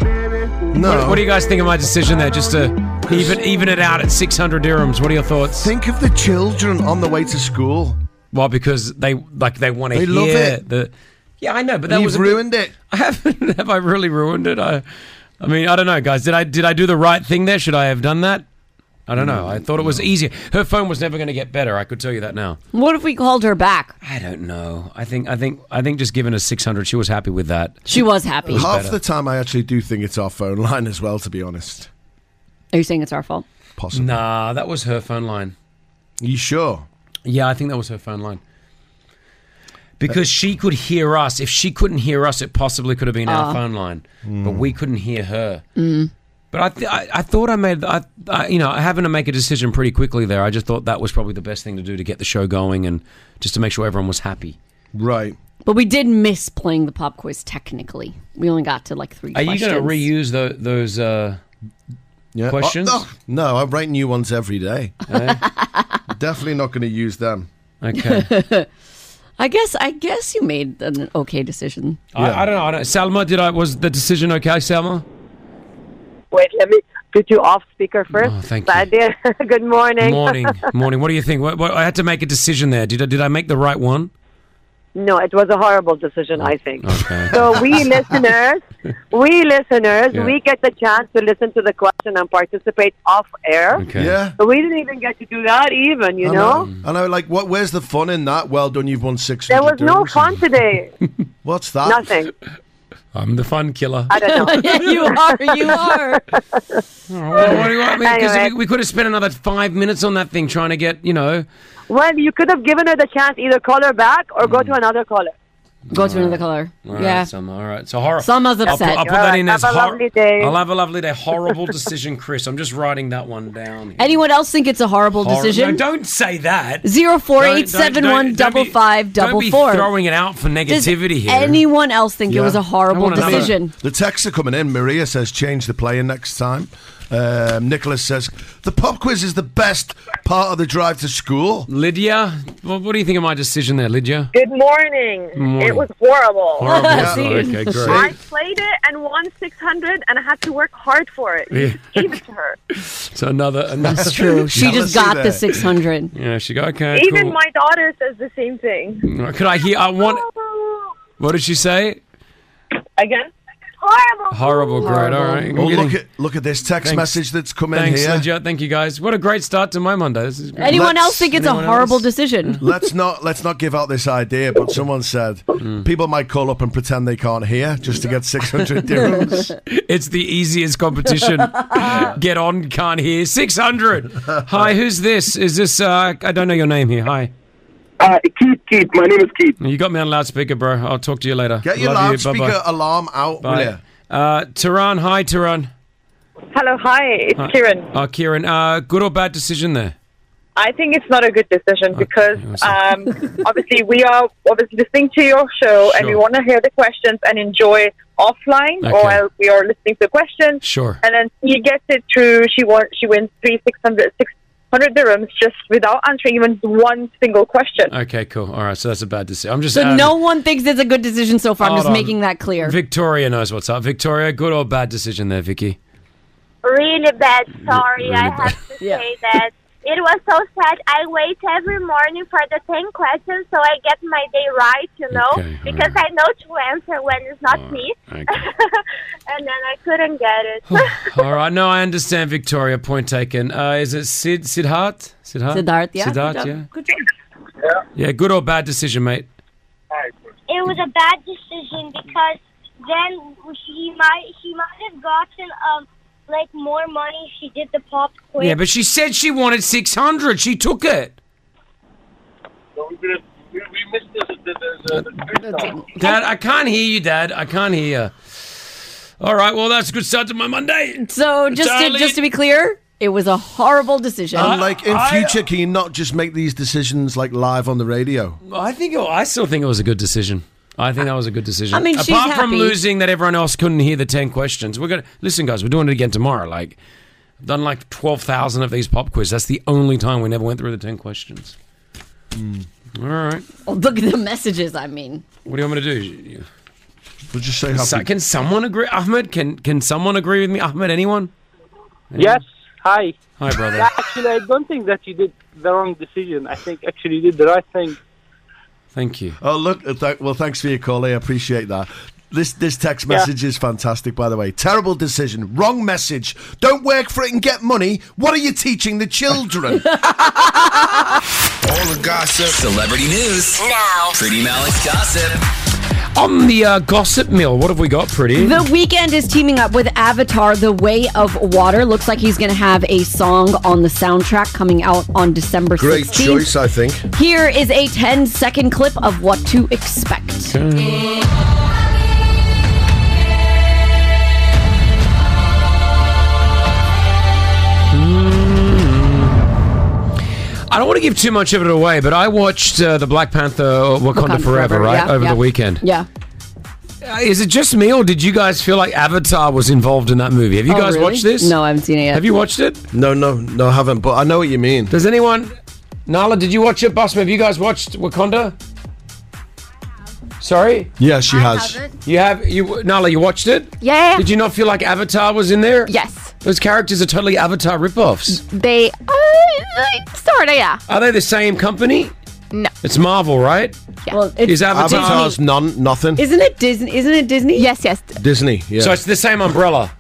[SPEAKER 6] No.
[SPEAKER 8] What, what do you guys think of my decision there? Just to even even it out at 600 dirhams. What are your thoughts?
[SPEAKER 6] Think of the children on the way to school.
[SPEAKER 8] Well, because they like they want to
[SPEAKER 6] They
[SPEAKER 8] hear
[SPEAKER 6] love it.
[SPEAKER 8] the. Yeah, I know, but that
[SPEAKER 6] You've
[SPEAKER 8] was a
[SPEAKER 6] ruined
[SPEAKER 8] it. I haven't. Have I really ruined it? I, I mean, I don't know, guys. Did I did I do the right thing there? Should I have done that? I don't know. I thought it was easier. Her phone was never going to get better. I could tell you that now.
[SPEAKER 9] What if we called her back?
[SPEAKER 8] I don't know. I think I think I think just giving us six hundred, she was happy with that.
[SPEAKER 9] She was happy.
[SPEAKER 8] It was
[SPEAKER 6] Half
[SPEAKER 8] better.
[SPEAKER 6] the time, I actually do think it's our phone line as well. To be honest,
[SPEAKER 9] Are you saying it's our fault?
[SPEAKER 6] possible.
[SPEAKER 8] Nah, that was her phone line.
[SPEAKER 6] You sure?
[SPEAKER 8] Yeah, I think that was her phone line. Because she could hear us. If she couldn't hear us, it possibly could have been
[SPEAKER 9] Ah.
[SPEAKER 8] our phone line, but we couldn't hear her. But I, th- I, I thought I made, I, I, you know, having to make a decision pretty quickly there. I just thought that was probably the best thing to do to get the show going and just to make sure everyone was happy.
[SPEAKER 6] Right.
[SPEAKER 9] But we did miss playing the pop quiz technically. We only got to like three
[SPEAKER 8] Are you
[SPEAKER 9] questions.
[SPEAKER 8] going to reuse tho- those uh,
[SPEAKER 6] Yeah.
[SPEAKER 8] questions?
[SPEAKER 6] Oh, no, no, I write new ones every day.
[SPEAKER 8] Eh?
[SPEAKER 6] Definitely not going to use them.
[SPEAKER 8] Okay.
[SPEAKER 9] I guess I guess you made an okay decision.
[SPEAKER 8] I, I don't know. I don't, Salma, did I was the decision okay, Salma?
[SPEAKER 15] Wait, let me put you off speaker first.
[SPEAKER 8] Oh, thank
[SPEAKER 15] But I did- Good morning.
[SPEAKER 8] Morning, morning. What do you think? What, what, I had to make a decision there. Did I, did I make the right one?
[SPEAKER 15] no, it was a horrible decision,
[SPEAKER 8] Oh.
[SPEAKER 15] I think.
[SPEAKER 8] Okay.
[SPEAKER 15] So we listeners, we listeners,
[SPEAKER 8] Yeah.
[SPEAKER 15] we get the chance to listen to the question and participate off air.
[SPEAKER 8] Okay. Oh,
[SPEAKER 6] Yeah.
[SPEAKER 15] So we didn't even get to do that, even you
[SPEAKER 6] I
[SPEAKER 15] know.
[SPEAKER 8] Um,
[SPEAKER 6] I know. Like, what? Where's the fun in that? Well done. You've won six.
[SPEAKER 15] There was no fun today.
[SPEAKER 6] What's that?
[SPEAKER 15] Nothing.
[SPEAKER 8] I'm the fun killer.
[SPEAKER 15] I don't know.
[SPEAKER 9] Yeah, you are, you are.
[SPEAKER 8] Well, Oh, what do you want me? 'Cause
[SPEAKER 15] Anyway.
[SPEAKER 8] we, we could have spent another five minutes on that thing trying to get, you know.
[SPEAKER 15] Well, you could have given her the chance either call her back or go to another caller.
[SPEAKER 9] Go to another color.
[SPEAKER 8] Mm. All right,
[SPEAKER 9] yeah.
[SPEAKER 8] Selma, all right. So horrible.
[SPEAKER 9] Selma's
[SPEAKER 8] I'll
[SPEAKER 9] upset.
[SPEAKER 8] put, I'll put
[SPEAKER 9] All
[SPEAKER 8] that
[SPEAKER 9] right,
[SPEAKER 8] in as
[SPEAKER 9] have a
[SPEAKER 8] hor-
[SPEAKER 9] lovely day.
[SPEAKER 8] I'll have a lovely day. Horrible decision, Chris. I'm just writing that one down. here.
[SPEAKER 9] Anyone else think it's a horrible
[SPEAKER 8] Horrible-
[SPEAKER 9] decision?
[SPEAKER 8] No, don't say that.
[SPEAKER 9] Zero four
[SPEAKER 8] Don't-
[SPEAKER 9] eight seven
[SPEAKER 8] don't-
[SPEAKER 9] one
[SPEAKER 8] don't
[SPEAKER 9] double
[SPEAKER 8] be-
[SPEAKER 9] five double
[SPEAKER 8] Don't be
[SPEAKER 9] four.
[SPEAKER 8] throwing it out for
[SPEAKER 9] Does
[SPEAKER 8] negativity here.
[SPEAKER 9] anyone else think it was a horrible decision?
[SPEAKER 6] The texts are coming in. Maria says, change the player next time. Um, Nicholas says, the pop quiz is the best part of the drive to school.
[SPEAKER 8] Lydia, what, what do you think of my decision there, Lydia?
[SPEAKER 16] Good morning.
[SPEAKER 8] Morning.
[SPEAKER 16] It was horrible.
[SPEAKER 8] Horrible. Yeah. Okay, great.
[SPEAKER 16] I played it and won 600 and I had to work hard for it.
[SPEAKER 8] Yeah.
[SPEAKER 16] Gave it to her.
[SPEAKER 8] So another. another
[SPEAKER 9] That's true. She just got the six hundred.
[SPEAKER 8] Yeah, she got okay.
[SPEAKER 16] Even
[SPEAKER 8] cool.
[SPEAKER 16] my daughter says the same thing.
[SPEAKER 9] Oh.
[SPEAKER 8] Could I hear? I want. What did she say?
[SPEAKER 16] Again? horrible.
[SPEAKER 8] Horrible grade. All right.
[SPEAKER 6] Oh, look at look at this text
[SPEAKER 8] Thanks.
[SPEAKER 6] message that's come in
[SPEAKER 8] Thanks,
[SPEAKER 6] here.
[SPEAKER 8] Legia. Thank you guys. What a great start to my Monday. This is great.
[SPEAKER 9] Anyone
[SPEAKER 6] Let's-
[SPEAKER 9] else think it's a
[SPEAKER 6] anyone
[SPEAKER 9] horrible
[SPEAKER 6] else?
[SPEAKER 9] decision?
[SPEAKER 6] let's not let's not give out this idea, but someone said
[SPEAKER 8] Mm.
[SPEAKER 6] people might call up and pretend they can't hear just to get six hundred dirhams.
[SPEAKER 8] It's the easiest competition. Get on, can't hear. 600. Hi, who's this? Is this, uh, I don't know your name here. Hi.
[SPEAKER 17] Uh, Keith, Keith. My name is Keith.
[SPEAKER 8] You got me on loudspeaker, bro. I'll talk to you later.
[SPEAKER 6] Get your
[SPEAKER 8] Love
[SPEAKER 6] loudspeaker
[SPEAKER 8] You. Bye-bye.
[SPEAKER 6] alarm out, will ya?
[SPEAKER 8] Bye. Uh, Tehran. Hi, Tehran.
[SPEAKER 18] Hello, hi, it's
[SPEAKER 8] Hi.
[SPEAKER 18] Kiran.
[SPEAKER 8] Oh, Kieran. Uh, good or bad decision there?
[SPEAKER 18] I think it's not a good decision
[SPEAKER 8] Ah,
[SPEAKER 18] because um, obviously we are obviously listening to your show and we
[SPEAKER 8] Sure.
[SPEAKER 18] want to hear the questions and enjoy offline
[SPEAKER 8] Okay.
[SPEAKER 18] or else we are listening to questions.
[SPEAKER 8] Sure.
[SPEAKER 18] And then she gets it through, she won, she wins three, 600, 600 dirhams just without answering even one single question.
[SPEAKER 8] Okay, cool. All right, so that's a bad decision. I'm just
[SPEAKER 9] So
[SPEAKER 8] um,
[SPEAKER 9] no one thinks it's a good decision so far. I'm
[SPEAKER 8] Hold
[SPEAKER 9] just
[SPEAKER 8] on.
[SPEAKER 9] making that clear.
[SPEAKER 8] Victoria knows what's up. Victoria, good or bad decision there, Vicky?
[SPEAKER 16] Really bad. Sorry, I
[SPEAKER 8] Really bad.
[SPEAKER 16] have to say that. It was so sad. I wait every morning for the 10 questions so I get my day right, you know, because I know to answer when it's not
[SPEAKER 8] Ah,
[SPEAKER 16] me. and then I couldn't get it.
[SPEAKER 8] All right, no, I understand, Victoria. Point taken. Uh, is it Sid Siddharth? Siddharth. Siddharth. Yeah.
[SPEAKER 9] Good
[SPEAKER 8] Yeah. Good or bad decision, mate?
[SPEAKER 19] it was a bad decision because then she might she might have gotten um like more money if she did the pop quiz.
[SPEAKER 8] Yeah, but she said she wanted six hundred. She took it. Dad, I can't hear you, Dad. I can't hear you. All right, well, that's a good start to my Monday.
[SPEAKER 9] So just to,
[SPEAKER 8] Darling.
[SPEAKER 9] just to be clear, it was a horrible decision.
[SPEAKER 6] And like in future, can you not just make these decisions like live on the radio?
[SPEAKER 8] I think I still think it was a good decision. I think that was a good decision.
[SPEAKER 9] I mean,
[SPEAKER 8] apart
[SPEAKER 9] she's
[SPEAKER 8] from
[SPEAKER 9] happy.
[SPEAKER 8] losing that everyone else couldn't hear the ten questions, we're gonna listen, guys. We're doing it again tomorrow. Like, I've done like twelve thousand of these pop quiz. That's the only time we never went through the ten questions.
[SPEAKER 6] Hmm.
[SPEAKER 8] All right,
[SPEAKER 9] Oh, Look at the messages. I mean,
[SPEAKER 8] what do you want me to do?
[SPEAKER 6] We'll just say
[SPEAKER 8] can,
[SPEAKER 6] how
[SPEAKER 8] so-
[SPEAKER 6] we-
[SPEAKER 8] can someone agree, Ahmed? Can can someone agree with me, Ahmed? Anyone?
[SPEAKER 20] Yes. Hi.
[SPEAKER 8] Hi, brother.
[SPEAKER 20] Yeah, actually, I don't think that you did the wrong decision. I think actually you did the right thing.
[SPEAKER 8] Thank you.
[SPEAKER 6] Oh, look. uh, Th- well, thanks for your call. I appreciate that. This this text
[SPEAKER 20] Yeah.
[SPEAKER 6] message is fantastic, by the way. Terrible decision. Wrong message. Don't work for it and get money. What are you teaching the children?
[SPEAKER 2] All the gossip. Celebrity news. Now. Pretty Malik's gossip.
[SPEAKER 8] On the uh, gossip mill, what have we got, pretty?
[SPEAKER 9] The weekend is teaming up with Avatar: The Way of Water. Looks like he's going to have a song on the soundtrack coming out on December 16th.
[SPEAKER 6] I think.
[SPEAKER 9] Here is a 10 second clip of what to expect.
[SPEAKER 8] I don't want to give too much of it away, but I watched uh, the Black Panther Wakanda, Forever, right
[SPEAKER 9] Yeah,
[SPEAKER 8] over
[SPEAKER 9] yeah.
[SPEAKER 8] the weekend.
[SPEAKER 9] Yeah.
[SPEAKER 8] Uh, Is it just me, or did you guys feel like Avatar was involved in that movie? Have you
[SPEAKER 9] Oh,
[SPEAKER 8] guys
[SPEAKER 9] really?
[SPEAKER 8] watched this?
[SPEAKER 9] No, I haven't seen it yet.
[SPEAKER 8] Have you watched it?
[SPEAKER 6] No, no, no, I haven't. But I know what you mean.
[SPEAKER 8] Does anyone? Nala, did you watch it? Bossman, have you guys watched Wakanda? Sorry.
[SPEAKER 6] Yeah, she has.
[SPEAKER 8] You have you Nala? You watched it?
[SPEAKER 21] Yeah.
[SPEAKER 8] Did you not feel like Avatar was in there?
[SPEAKER 21] Yes.
[SPEAKER 8] Those characters are totally Avatar ripoffs.
[SPEAKER 21] They, uh, sort of, yeah.
[SPEAKER 8] Are they the same company?
[SPEAKER 21] No.
[SPEAKER 8] It's Marvel, right?
[SPEAKER 21] Yeah.
[SPEAKER 9] Well,
[SPEAKER 8] Is Avatar-
[SPEAKER 6] Avatar's none, nothing.
[SPEAKER 9] Isn't it Disney? Isn't it Disney?
[SPEAKER 21] Yes, yes.
[SPEAKER 6] Disney. Yeah.
[SPEAKER 8] So it's the same umbrella.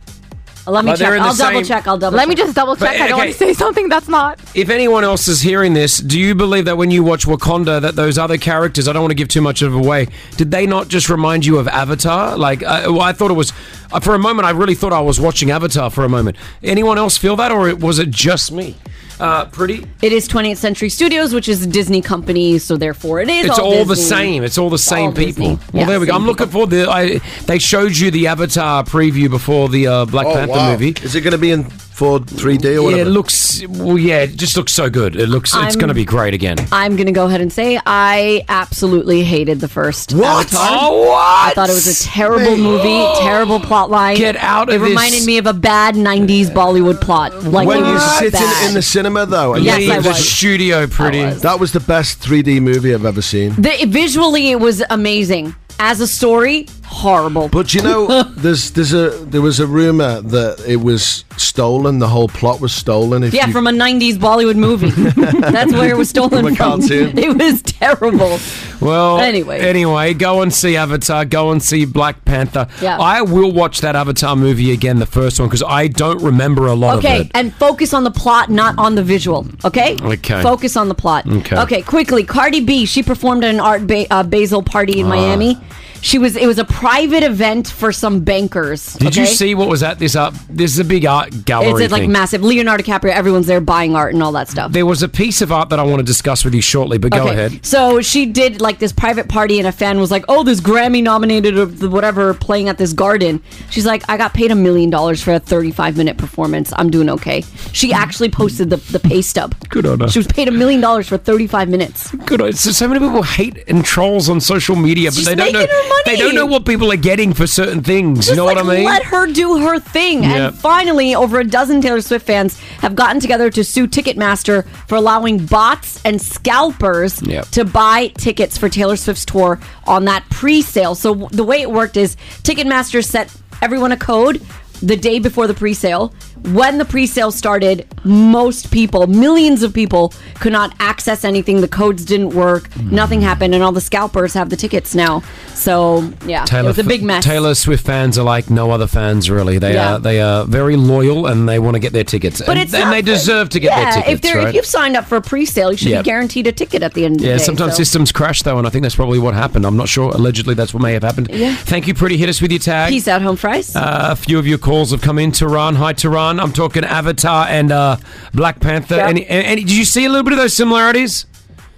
[SPEAKER 9] Let me
[SPEAKER 8] But Oh, they're
[SPEAKER 9] check.
[SPEAKER 8] in the
[SPEAKER 9] I'll double
[SPEAKER 8] same-
[SPEAKER 9] check. I'll double.
[SPEAKER 21] Let me
[SPEAKER 9] check.
[SPEAKER 21] just double check.
[SPEAKER 8] But,
[SPEAKER 21] I don't want
[SPEAKER 8] okay.
[SPEAKER 21] to say something that's not.
[SPEAKER 8] If anyone else is hearing this, do you believe that when you watch Wakanda, that those other characters, I don't want to give too much of away, did they not just remind you of Avatar? Like, I, well, I thought it was, uh, for a moment, I really thought I was watching Avatar for a moment. Anyone else feel that, or it- was it just me? Uh, pretty.
[SPEAKER 9] It is 20th Century Studios, which is a Disney company, so therefore it is.
[SPEAKER 8] It's all, the
[SPEAKER 9] Disney.
[SPEAKER 8] same. It's all the same people. Well,
[SPEAKER 9] Yeah,
[SPEAKER 8] there we go.
[SPEAKER 9] same
[SPEAKER 8] I'm looking forward. to I, they showed you the Avatar preview before the uh, Black
[SPEAKER 6] Oh,
[SPEAKER 8] Panther
[SPEAKER 6] wow.
[SPEAKER 8] movie.
[SPEAKER 6] Is it going to be in for 3D or
[SPEAKER 8] Yeah, it
[SPEAKER 6] whatever?
[SPEAKER 8] looks. Well, yeah, it just looks so good. It looks. it's
[SPEAKER 9] I'm-
[SPEAKER 8] going to be great again.
[SPEAKER 9] I'm gonna go ahead and say I absolutely hated the first
[SPEAKER 8] What?
[SPEAKER 9] Avatar.
[SPEAKER 8] Oh, what?
[SPEAKER 9] I thought it was a terrible
[SPEAKER 8] Me-
[SPEAKER 9] movie, terrible plot line.
[SPEAKER 8] Get out
[SPEAKER 9] It
[SPEAKER 8] of this.
[SPEAKER 9] reminded me of a bad '90s Bollywood plot. Like
[SPEAKER 6] when
[SPEAKER 9] it
[SPEAKER 6] you
[SPEAKER 9] was
[SPEAKER 6] sit
[SPEAKER 9] bad.
[SPEAKER 6] in, in the cinema, though, and
[SPEAKER 9] Yes,
[SPEAKER 6] you-
[SPEAKER 9] I Leave the was.
[SPEAKER 8] studio, pretty.
[SPEAKER 6] That was the best 3D movie I've ever seen.
[SPEAKER 9] The, visually, it was amazing. As a story, horrible.
[SPEAKER 6] But you know, there's there's a there was a rumor that it was stolen. The whole plot was stolen. If
[SPEAKER 9] yeah,
[SPEAKER 6] you,
[SPEAKER 9] from a 90s Bollywood movie. That's where it was stolen
[SPEAKER 6] From a cartoon.
[SPEAKER 9] It was terrible.
[SPEAKER 8] Well,
[SPEAKER 9] Anyway.
[SPEAKER 8] anyway, go and see Avatar. Go and see Black Panther.
[SPEAKER 9] Yeah.
[SPEAKER 8] I will watch that Avatar movie again, the first one, because I don't remember a lot of
[SPEAKER 9] Okay,
[SPEAKER 8] it.
[SPEAKER 9] and focus on the plot, not on the visual. Okay.
[SPEAKER 8] Okay.
[SPEAKER 9] Focus on the plot.
[SPEAKER 8] Okay.
[SPEAKER 9] Okay. Quickly, Cardi B. She performed at an art ba- uh, basil party in
[SPEAKER 8] Ah.
[SPEAKER 9] Miami. She was. It was a private event for some bankers.
[SPEAKER 8] Did you
[SPEAKER 9] okay?
[SPEAKER 8] see what was at this art? This is a big art gallery.
[SPEAKER 9] It's like
[SPEAKER 8] thing.
[SPEAKER 9] massive. Leonardo DiCaprio. Everyone's there buying art and all that stuff.
[SPEAKER 8] There was a piece of art that I want to discuss with you shortly, but go
[SPEAKER 9] Okay,
[SPEAKER 8] ahead.
[SPEAKER 9] So she did like this private party, and a fan was like, "Oh, this Grammy nominated of the whatever playing at this garden." She's like, "I got paid a million dollars for a 35 minute performance. I'm doing okay." She actually posted the the pay stub.
[SPEAKER 8] Good on her.
[SPEAKER 9] She was paid a million dollars for 35 minutes.
[SPEAKER 8] Good. on- So, so many people hate and trolls on social media, but
[SPEAKER 9] She's
[SPEAKER 8] they don't know.
[SPEAKER 9] making her money.
[SPEAKER 8] They don't know what people are getting for certain things.
[SPEAKER 9] Just
[SPEAKER 8] you know
[SPEAKER 9] like,
[SPEAKER 8] what I mean?
[SPEAKER 9] let her do her thing.
[SPEAKER 8] Yeah.
[SPEAKER 9] And finally, over a dozen Taylor Swift fans have gotten together to sue Ticketmaster for allowing bots and scalpers
[SPEAKER 5] Yep.
[SPEAKER 9] to buy tickets for Taylor Swift's tour on that pre-sale. So w- the way it worked is Ticketmaster sent everyone a code the day before the pre-sale. When the pre-sale started, most people, millions of people could not access anything. The codes didn't work.
[SPEAKER 8] Mm.
[SPEAKER 9] Nothing happened and all the scalpers have the tickets now. So, yeah. it was a
[SPEAKER 8] F-
[SPEAKER 9] big mess.
[SPEAKER 8] Taylor Swift fans are like no other fans, really. They
[SPEAKER 9] Yeah.
[SPEAKER 8] are they are very loyal and they want to get their tickets.
[SPEAKER 9] But
[SPEAKER 8] and,
[SPEAKER 9] it's
[SPEAKER 8] and
[SPEAKER 9] not
[SPEAKER 8] they
[SPEAKER 9] fair.
[SPEAKER 8] deserve to get
[SPEAKER 9] yeah,
[SPEAKER 8] their
[SPEAKER 9] if
[SPEAKER 8] tickets,
[SPEAKER 9] they're
[SPEAKER 8] right?
[SPEAKER 9] if you've signed up for a pre-sale, you should
[SPEAKER 8] Yeah.
[SPEAKER 9] be guaranteed a ticket at the end of
[SPEAKER 8] yeah,
[SPEAKER 9] the day.
[SPEAKER 8] sometimes
[SPEAKER 9] so-
[SPEAKER 8] systems crash though, and I think that's probably what happened. I'm not sure. Allegedly, that's what may have happened.
[SPEAKER 9] Yeah.
[SPEAKER 8] Thank you, pretty. Hit us with your tag.
[SPEAKER 9] Peace out, home fries.
[SPEAKER 8] Uh, a few of your calls have come in. Tehran, hi Tehran. I'm talking Avatar and uh, Black Panther.
[SPEAKER 18] Yeah.
[SPEAKER 8] Any, any, any- did you see a little bit of those similarities?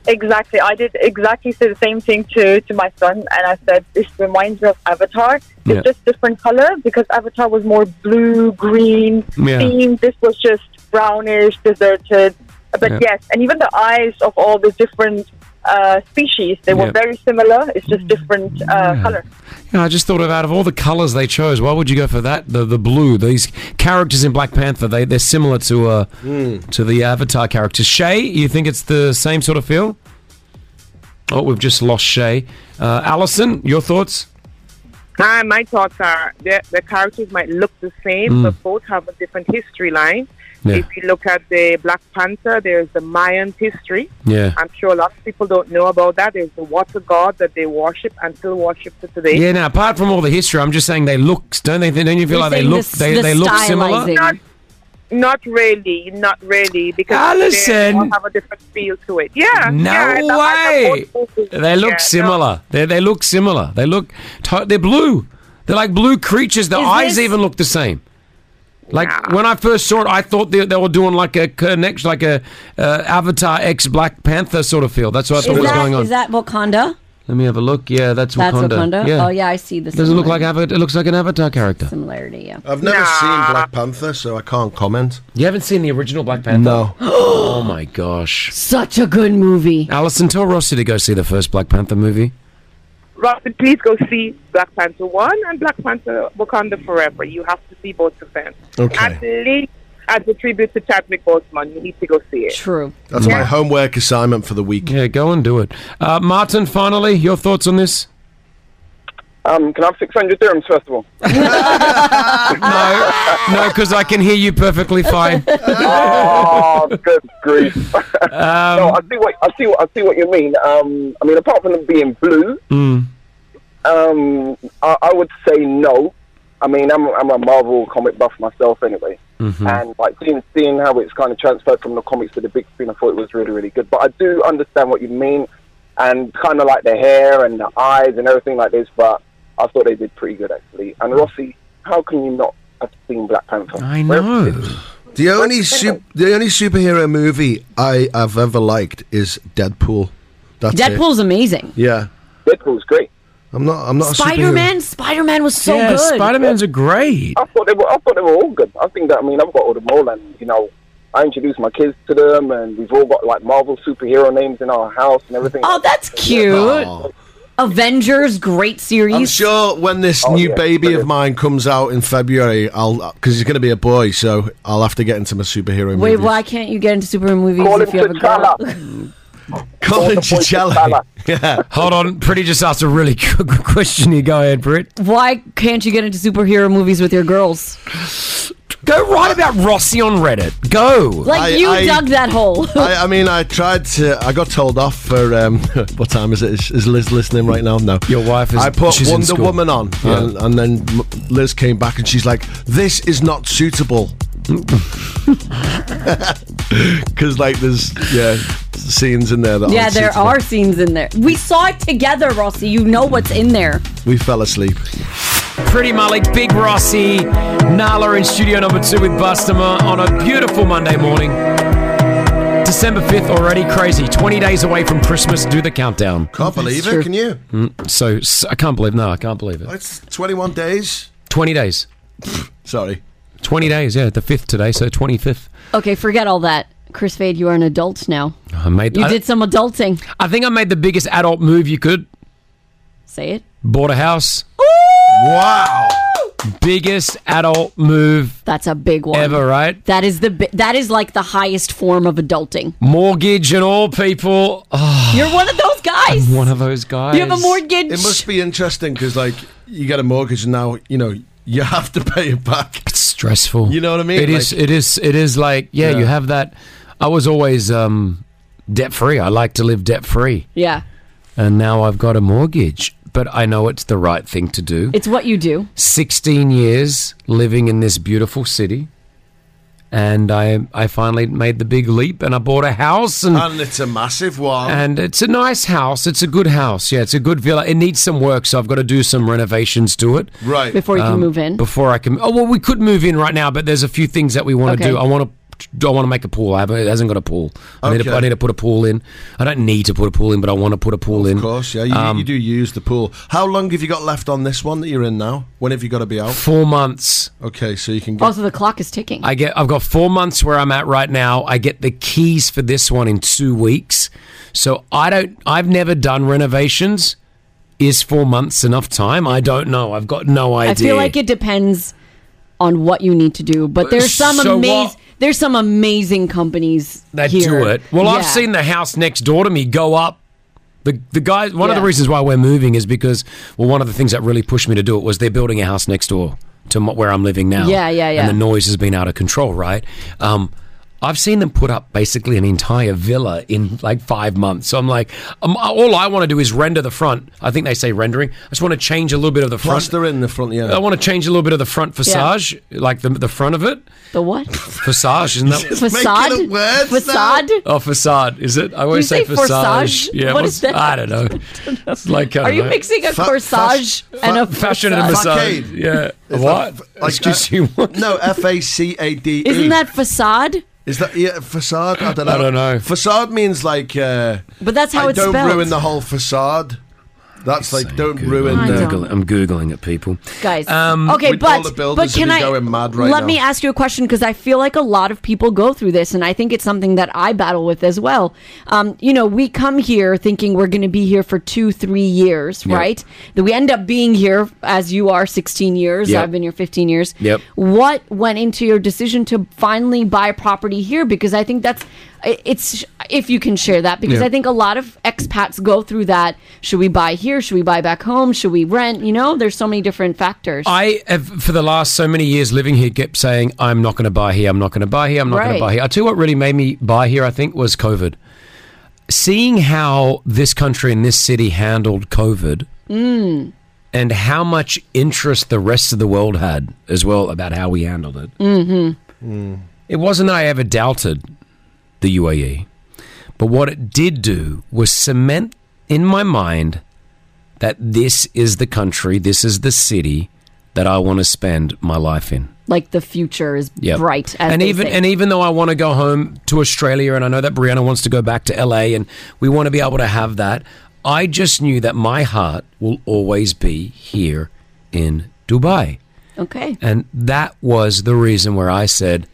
[SPEAKER 18] Exactly. I did exactly say the same thing to, to my son, and I said, This reminds me of Avatar. It's
[SPEAKER 8] Yeah.
[SPEAKER 18] just different color because Avatar was more blue, green
[SPEAKER 22] Yeah.
[SPEAKER 18] themed. This was just brownish, deserted. But
[SPEAKER 22] Yeah.
[SPEAKER 18] yes, and even the eyes of all the different uh, species, they were
[SPEAKER 8] Yeah.
[SPEAKER 18] very similar. It's just different uh, color.
[SPEAKER 8] Yeah, I just thought of out of all the colours they chose, why would you go for that? The the blue. These characters in Black Panther, they they're similar to uh to the Avatar characters. Shay, you think it's the same sort of feel? Oh, we've just lost Shay. Uh, Allison, your thoughts?
[SPEAKER 23] Hi, my thoughts are the, the characters might look the same,
[SPEAKER 8] Mm.
[SPEAKER 23] but both have a different history line.
[SPEAKER 8] Yeah.
[SPEAKER 23] If you look at the Black Panther, there's the Mayan history.
[SPEAKER 8] Yeah.
[SPEAKER 23] I'm sure a lot of people don't know about that. There's the water god that they worship and still worship to today.
[SPEAKER 8] Yeah. Now, apart from all the history, I'm just saying they look. Don't they? Don't you feel
[SPEAKER 23] You're
[SPEAKER 8] like they
[SPEAKER 23] saying
[SPEAKER 8] look?
[SPEAKER 23] the-
[SPEAKER 8] they
[SPEAKER 23] the
[SPEAKER 8] they look similar.
[SPEAKER 23] Not, not really, not really, because they
[SPEAKER 8] Allison!
[SPEAKER 23] all have a different feel to it. Yeah.
[SPEAKER 8] No
[SPEAKER 23] yeah, I- I- I-
[SPEAKER 8] way. They look
[SPEAKER 23] Yeah,
[SPEAKER 8] similar. They they look similar. They look. To- they're blue. They're like blue creatures. The
[SPEAKER 23] Is
[SPEAKER 8] eyes
[SPEAKER 23] this-
[SPEAKER 8] even look the same. Like when I first saw it, I thought they, they were doing like a connection, like a uh, Avatar X Black Panther sort of feel. That's what I
[SPEAKER 9] is,
[SPEAKER 8] thought was
[SPEAKER 9] that,
[SPEAKER 8] going on.
[SPEAKER 9] is that Wakanda?
[SPEAKER 8] Let me have a look. Yeah, that's
[SPEAKER 9] That's
[SPEAKER 8] Wakanda.
[SPEAKER 9] Wakanda.
[SPEAKER 8] Yeah.
[SPEAKER 9] Oh yeah, I see this.
[SPEAKER 8] Does it look like Avatar? It looks like an Avatar character.
[SPEAKER 9] similarity? Yeah.
[SPEAKER 6] I've never seen Black Panther, so I can't comment.
[SPEAKER 8] You haven't seen the original Black Panther?
[SPEAKER 6] No.
[SPEAKER 8] oh my gosh!
[SPEAKER 9] Such a good movie.
[SPEAKER 8] Alison, tell Rossi to go see the first Black Panther movie.
[SPEAKER 23] Robin, please go see Black Panther 1 and Black Panther Wakanda Forever. You have to see both of them.
[SPEAKER 6] Okay.
[SPEAKER 23] At least as a tribute to Chadwick Boseman, you need to go see it.
[SPEAKER 9] True.
[SPEAKER 6] That's my homework assignment for the week.
[SPEAKER 8] Yeah, go and do it. Uh, Martin, finally, your thoughts on this?
[SPEAKER 12] Um, can I have 600 dirhams, first of all?
[SPEAKER 8] No, because I can hear you perfectly fine.
[SPEAKER 12] oh, good grief. no, I see, what, I, see what, I see what you mean. Um, I mean, apart from them being blue,
[SPEAKER 8] Mm.
[SPEAKER 12] um, I, I would say no. I mean, I'm, I'm a Marvel comic buff myself anyway.
[SPEAKER 18] Hmm.
[SPEAKER 12] And like seeing, seeing how it's kind of transferred from the comics to the big screen, I thought it was really, really good. But I do understand what you mean, and kind of like the hair and the eyes and everything like this. But I thought they did pretty good actually. And Rossi, how can you not have seen Black Panther?
[SPEAKER 8] I know.
[SPEAKER 6] The only su- the only superhero movie I have ever liked is Deadpool. That's it.
[SPEAKER 9] Deadpool's amazing.
[SPEAKER 6] Yeah,
[SPEAKER 12] Deadpool's great.
[SPEAKER 6] I'm not. I'm not.
[SPEAKER 9] Spider Man. Spider Man was so good.
[SPEAKER 8] Man's are great.
[SPEAKER 12] I thought they were. I thought they were all good. I think that. I mean, I've got all them all, and you know, I introduced my kids to them, and we've all got like Marvel superhero names in our house and everything.
[SPEAKER 9] Oh, that's cute.
[SPEAKER 8] Oh.
[SPEAKER 9] Avengers, great series.
[SPEAKER 6] I'm sure when this
[SPEAKER 9] Oh,
[SPEAKER 6] new
[SPEAKER 9] yeah,
[SPEAKER 6] baby of mine comes out in February, I'll because he's going to be a boy, so I'll have to get into my superhero
[SPEAKER 9] Wait,
[SPEAKER 6] movies.
[SPEAKER 9] why can't you get into superhero movies if you have a girl?
[SPEAKER 6] Colin Chichelli. Yeah.
[SPEAKER 8] Hold on. Pretty just asked a really good question here. Go ahead, Britt.
[SPEAKER 9] Why can't you get into superhero movies with your girls?
[SPEAKER 8] Go write about Rossi on Reddit. Go.
[SPEAKER 9] Like you
[SPEAKER 6] I-
[SPEAKER 9] dug that hole.
[SPEAKER 6] I, I mean, I tried to. I got told off for um, what time is it? Is, is Liz listening right now? No, your wife
[SPEAKER 8] is-
[SPEAKER 6] I put
[SPEAKER 8] she's in
[SPEAKER 6] Wonder
[SPEAKER 8] school.
[SPEAKER 6] Woman on,
[SPEAKER 8] Yeah.
[SPEAKER 6] and, and then M- Liz came back and she's like, "This is not suitable." Because like there's yeah scenes in there that
[SPEAKER 9] yeah,
[SPEAKER 6] aren't
[SPEAKER 9] there
[SPEAKER 6] suitable.
[SPEAKER 9] are scenes in there. We saw it together, Rossi. You know what's in there.
[SPEAKER 6] We fell asleep.
[SPEAKER 8] Pretty Malik, Big Rossi, Nala in studio number two with Bustamer on a beautiful Monday morning. December 5th already crazy. 20 days away from Christmas. Do the countdown.
[SPEAKER 6] Can't believe it. Can you?
[SPEAKER 8] Mm, so, so I can't believe. No, I can't believe it.
[SPEAKER 6] It's 21 days.
[SPEAKER 8] 20 days.
[SPEAKER 6] Sorry.
[SPEAKER 8] 20 days, yeah. The 5th today, so 25th.
[SPEAKER 9] Okay, forget all that. Chris Fade, you are an adult now.
[SPEAKER 8] I made
[SPEAKER 9] You
[SPEAKER 8] I-
[SPEAKER 9] did some adulting.
[SPEAKER 8] I think I made the biggest adult move you could.
[SPEAKER 9] Say it.
[SPEAKER 8] Bought a house.
[SPEAKER 6] Wow.
[SPEAKER 8] Biggest adult move
[SPEAKER 9] That's a big one.
[SPEAKER 8] ever, right?
[SPEAKER 9] That is the bi- that is like the highest form of adulting.
[SPEAKER 8] Mortgage and all people. Oh,
[SPEAKER 9] You're one of those guys.
[SPEAKER 8] one of those guys.
[SPEAKER 9] You have a mortgage.
[SPEAKER 6] It must be interesting because like you get a mortgage and now you know you have to pay it back. It's
[SPEAKER 8] stressful.
[SPEAKER 6] You know what I mean?
[SPEAKER 8] It is.
[SPEAKER 6] Like-
[SPEAKER 8] It is. It is like yeah,
[SPEAKER 6] Yeah.
[SPEAKER 8] You have that. I was always um, debt free. I like to live debt free,
[SPEAKER 9] Yeah.
[SPEAKER 8] and now I've got a mortgage. But I know it's the right thing to do.
[SPEAKER 9] It's what you do.
[SPEAKER 8] 16 years living in this beautiful city. And I, I finally made the big leap, and I bought a house, and
[SPEAKER 6] and it's a massive one.
[SPEAKER 8] and it's a nice house. It's a good house. Yeah, it's a good villa. It needs some work, so I've got to do some renovations to it. Um,
[SPEAKER 6] Right. Um,
[SPEAKER 9] Before you can move in.
[SPEAKER 8] Before I can. Oh well, we could move in right now, but there's a few things that we want to
[SPEAKER 9] Okay.
[SPEAKER 8] do. I want to. I want to make a pool. I haven't. It hasn't got a pool. I, need to,
[SPEAKER 6] Okay.
[SPEAKER 8] I need to put a pool in. I don't need to put a pool in, but I want to put a pool in.
[SPEAKER 6] Of course, yeah. You,
[SPEAKER 8] Um,
[SPEAKER 6] you do use the pool. How long have you got left on this one that you're in now? When have you got to be out?
[SPEAKER 8] Four months.
[SPEAKER 6] Okay, so you can get.
[SPEAKER 9] Also, the clock is ticking.
[SPEAKER 8] I get I've got four months where I'm at right now. I get the keys for this one in two weeks. So I don't I've never done renovations. Is four months enough time? I don't know. I've got no idea.
[SPEAKER 9] I feel like it depends on what you need to do, but there's some
[SPEAKER 8] Uh, So
[SPEAKER 9] amazing
[SPEAKER 8] what-
[SPEAKER 9] there's some amazing companies
[SPEAKER 8] they
[SPEAKER 9] here.
[SPEAKER 8] do it. Well, I've
[SPEAKER 9] Yeah.
[SPEAKER 8] seen the house next door to me go up. The the guy one of the
[SPEAKER 9] Yeah.
[SPEAKER 8] reasons why we're moving is because well one of the things that really pushed me to do it was they're building a house next door to m- where I'm living now.
[SPEAKER 9] Yeah, yeah, yeah.
[SPEAKER 8] And the noise has been out of control, right? Um I've seen them put up basically an entire villa in like five months. So I'm like, um, all I want to do is render the front. I think they say rendering. I just want to change a little bit of the front.
[SPEAKER 6] Plaster in the front, yeah.
[SPEAKER 8] I want to change a little bit of the front facade, like the the front of it.
[SPEAKER 9] The what?
[SPEAKER 8] Facade, isn't that
[SPEAKER 9] facade. facade.
[SPEAKER 8] Oh, facade, is it? I always
[SPEAKER 9] You
[SPEAKER 8] say,
[SPEAKER 9] say
[SPEAKER 8] facade.
[SPEAKER 9] forsage?
[SPEAKER 8] Yeah,
[SPEAKER 9] What
[SPEAKER 8] what's-
[SPEAKER 9] is that?
[SPEAKER 8] I don't know. It's like, I
[SPEAKER 9] Are
[SPEAKER 8] don't
[SPEAKER 9] you
[SPEAKER 8] know.
[SPEAKER 9] mixing a
[SPEAKER 6] Fa-
[SPEAKER 9] corsage
[SPEAKER 6] fac-
[SPEAKER 9] and a
[SPEAKER 6] fa-
[SPEAKER 8] fashion and
[SPEAKER 9] facade?
[SPEAKER 8] facade?
[SPEAKER 6] Facade.
[SPEAKER 8] Yeah,
[SPEAKER 6] Is
[SPEAKER 8] what?
[SPEAKER 6] that-
[SPEAKER 8] It's just
[SPEAKER 6] uh,
[SPEAKER 8] you.
[SPEAKER 6] No, F A C A D E.
[SPEAKER 9] Isn't that facade?
[SPEAKER 6] Is that yeah, facade? I don't know.
[SPEAKER 8] I don't know.
[SPEAKER 6] Facade means like. Uh,
[SPEAKER 9] But that's how
[SPEAKER 6] I
[SPEAKER 9] it's
[SPEAKER 6] don't
[SPEAKER 9] spelled.
[SPEAKER 6] ruin the whole facade. That's like don't ruin
[SPEAKER 9] I
[SPEAKER 6] the.
[SPEAKER 9] don't.
[SPEAKER 8] I'm googling it, people.
[SPEAKER 9] guys.
[SPEAKER 8] Um,
[SPEAKER 9] okay,
[SPEAKER 6] with all
[SPEAKER 9] but
[SPEAKER 6] the builders
[SPEAKER 9] but
[SPEAKER 6] who
[SPEAKER 9] can
[SPEAKER 6] be
[SPEAKER 9] I
[SPEAKER 6] going mad right
[SPEAKER 9] let
[SPEAKER 6] now.
[SPEAKER 9] me ask you a question because I feel like a lot of people go through this, and I think it's something that I battle with as well. Um, you know, we come here thinking we're going to be here for two, three years,
[SPEAKER 3] Yep.
[SPEAKER 9] right? That we end up being here as you are, sixteen years.
[SPEAKER 3] Yep.
[SPEAKER 9] I've been here fifteen years.
[SPEAKER 3] Yep.
[SPEAKER 9] What went into your decision to finally buy property here? Because I think that's i- it's if you can share that because
[SPEAKER 3] Yeah.
[SPEAKER 9] I think a lot of expats go through that. Should we buy here? Should we buy back home? Should we rent? You know, there's so many different factors.
[SPEAKER 8] I have, for the last so many years living here, kept saying, I'm not going to buy here, I'm not going to buy here, I'm not going
[SPEAKER 9] Right.
[SPEAKER 8] to buy here. I tell you what really made me buy here, I think, was COVID. Seeing how this country and this city handled COVID
[SPEAKER 9] Mm.
[SPEAKER 8] and how much interest the rest of the world had as well about how we handled it.
[SPEAKER 9] Mm-hmm.
[SPEAKER 8] It wasn't that I ever doubted the UAE, but what it did do was cement in my mind that this is the country, this is the city that I want to spend my life in.
[SPEAKER 9] Like the future is
[SPEAKER 8] Yep.
[SPEAKER 9] bright. As
[SPEAKER 8] and
[SPEAKER 9] they
[SPEAKER 8] even
[SPEAKER 9] say.
[SPEAKER 8] and even though I want to go home to Australia, and I know that Brianna wants to go back to LA, and we want to be able to have that, I just knew that my heart will always be here in Dubai.
[SPEAKER 9] okay.
[SPEAKER 8] And that was the reason where I said,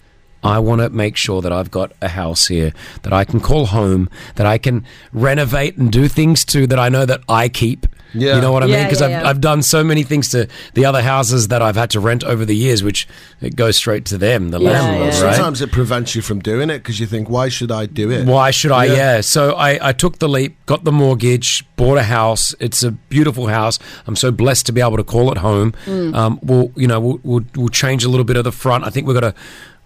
[SPEAKER 8] I want to make sure that I've got a house here that I can call home, that I can renovate and do things to that I know that I keep.
[SPEAKER 6] Yeah.
[SPEAKER 8] You know what I mean?
[SPEAKER 6] Yeah,
[SPEAKER 8] Because
[SPEAKER 6] yeah,
[SPEAKER 8] I've,
[SPEAKER 6] yeah.
[SPEAKER 8] I've done so many things to the other houses that I've had to rent over the years, which it goes straight to them, the landlords, right?
[SPEAKER 6] Sometimes it prevents you from doing it because you think, why should I do it?
[SPEAKER 8] Why should I? Yeah. So I, I took the leap, got the mortgage, bought a house. It's a beautiful house. I'm so blessed to be able to call it home.
[SPEAKER 6] Mm.
[SPEAKER 8] Um, we'll you know we'll, we'll we'll change a little bit of the front. I think we're gonna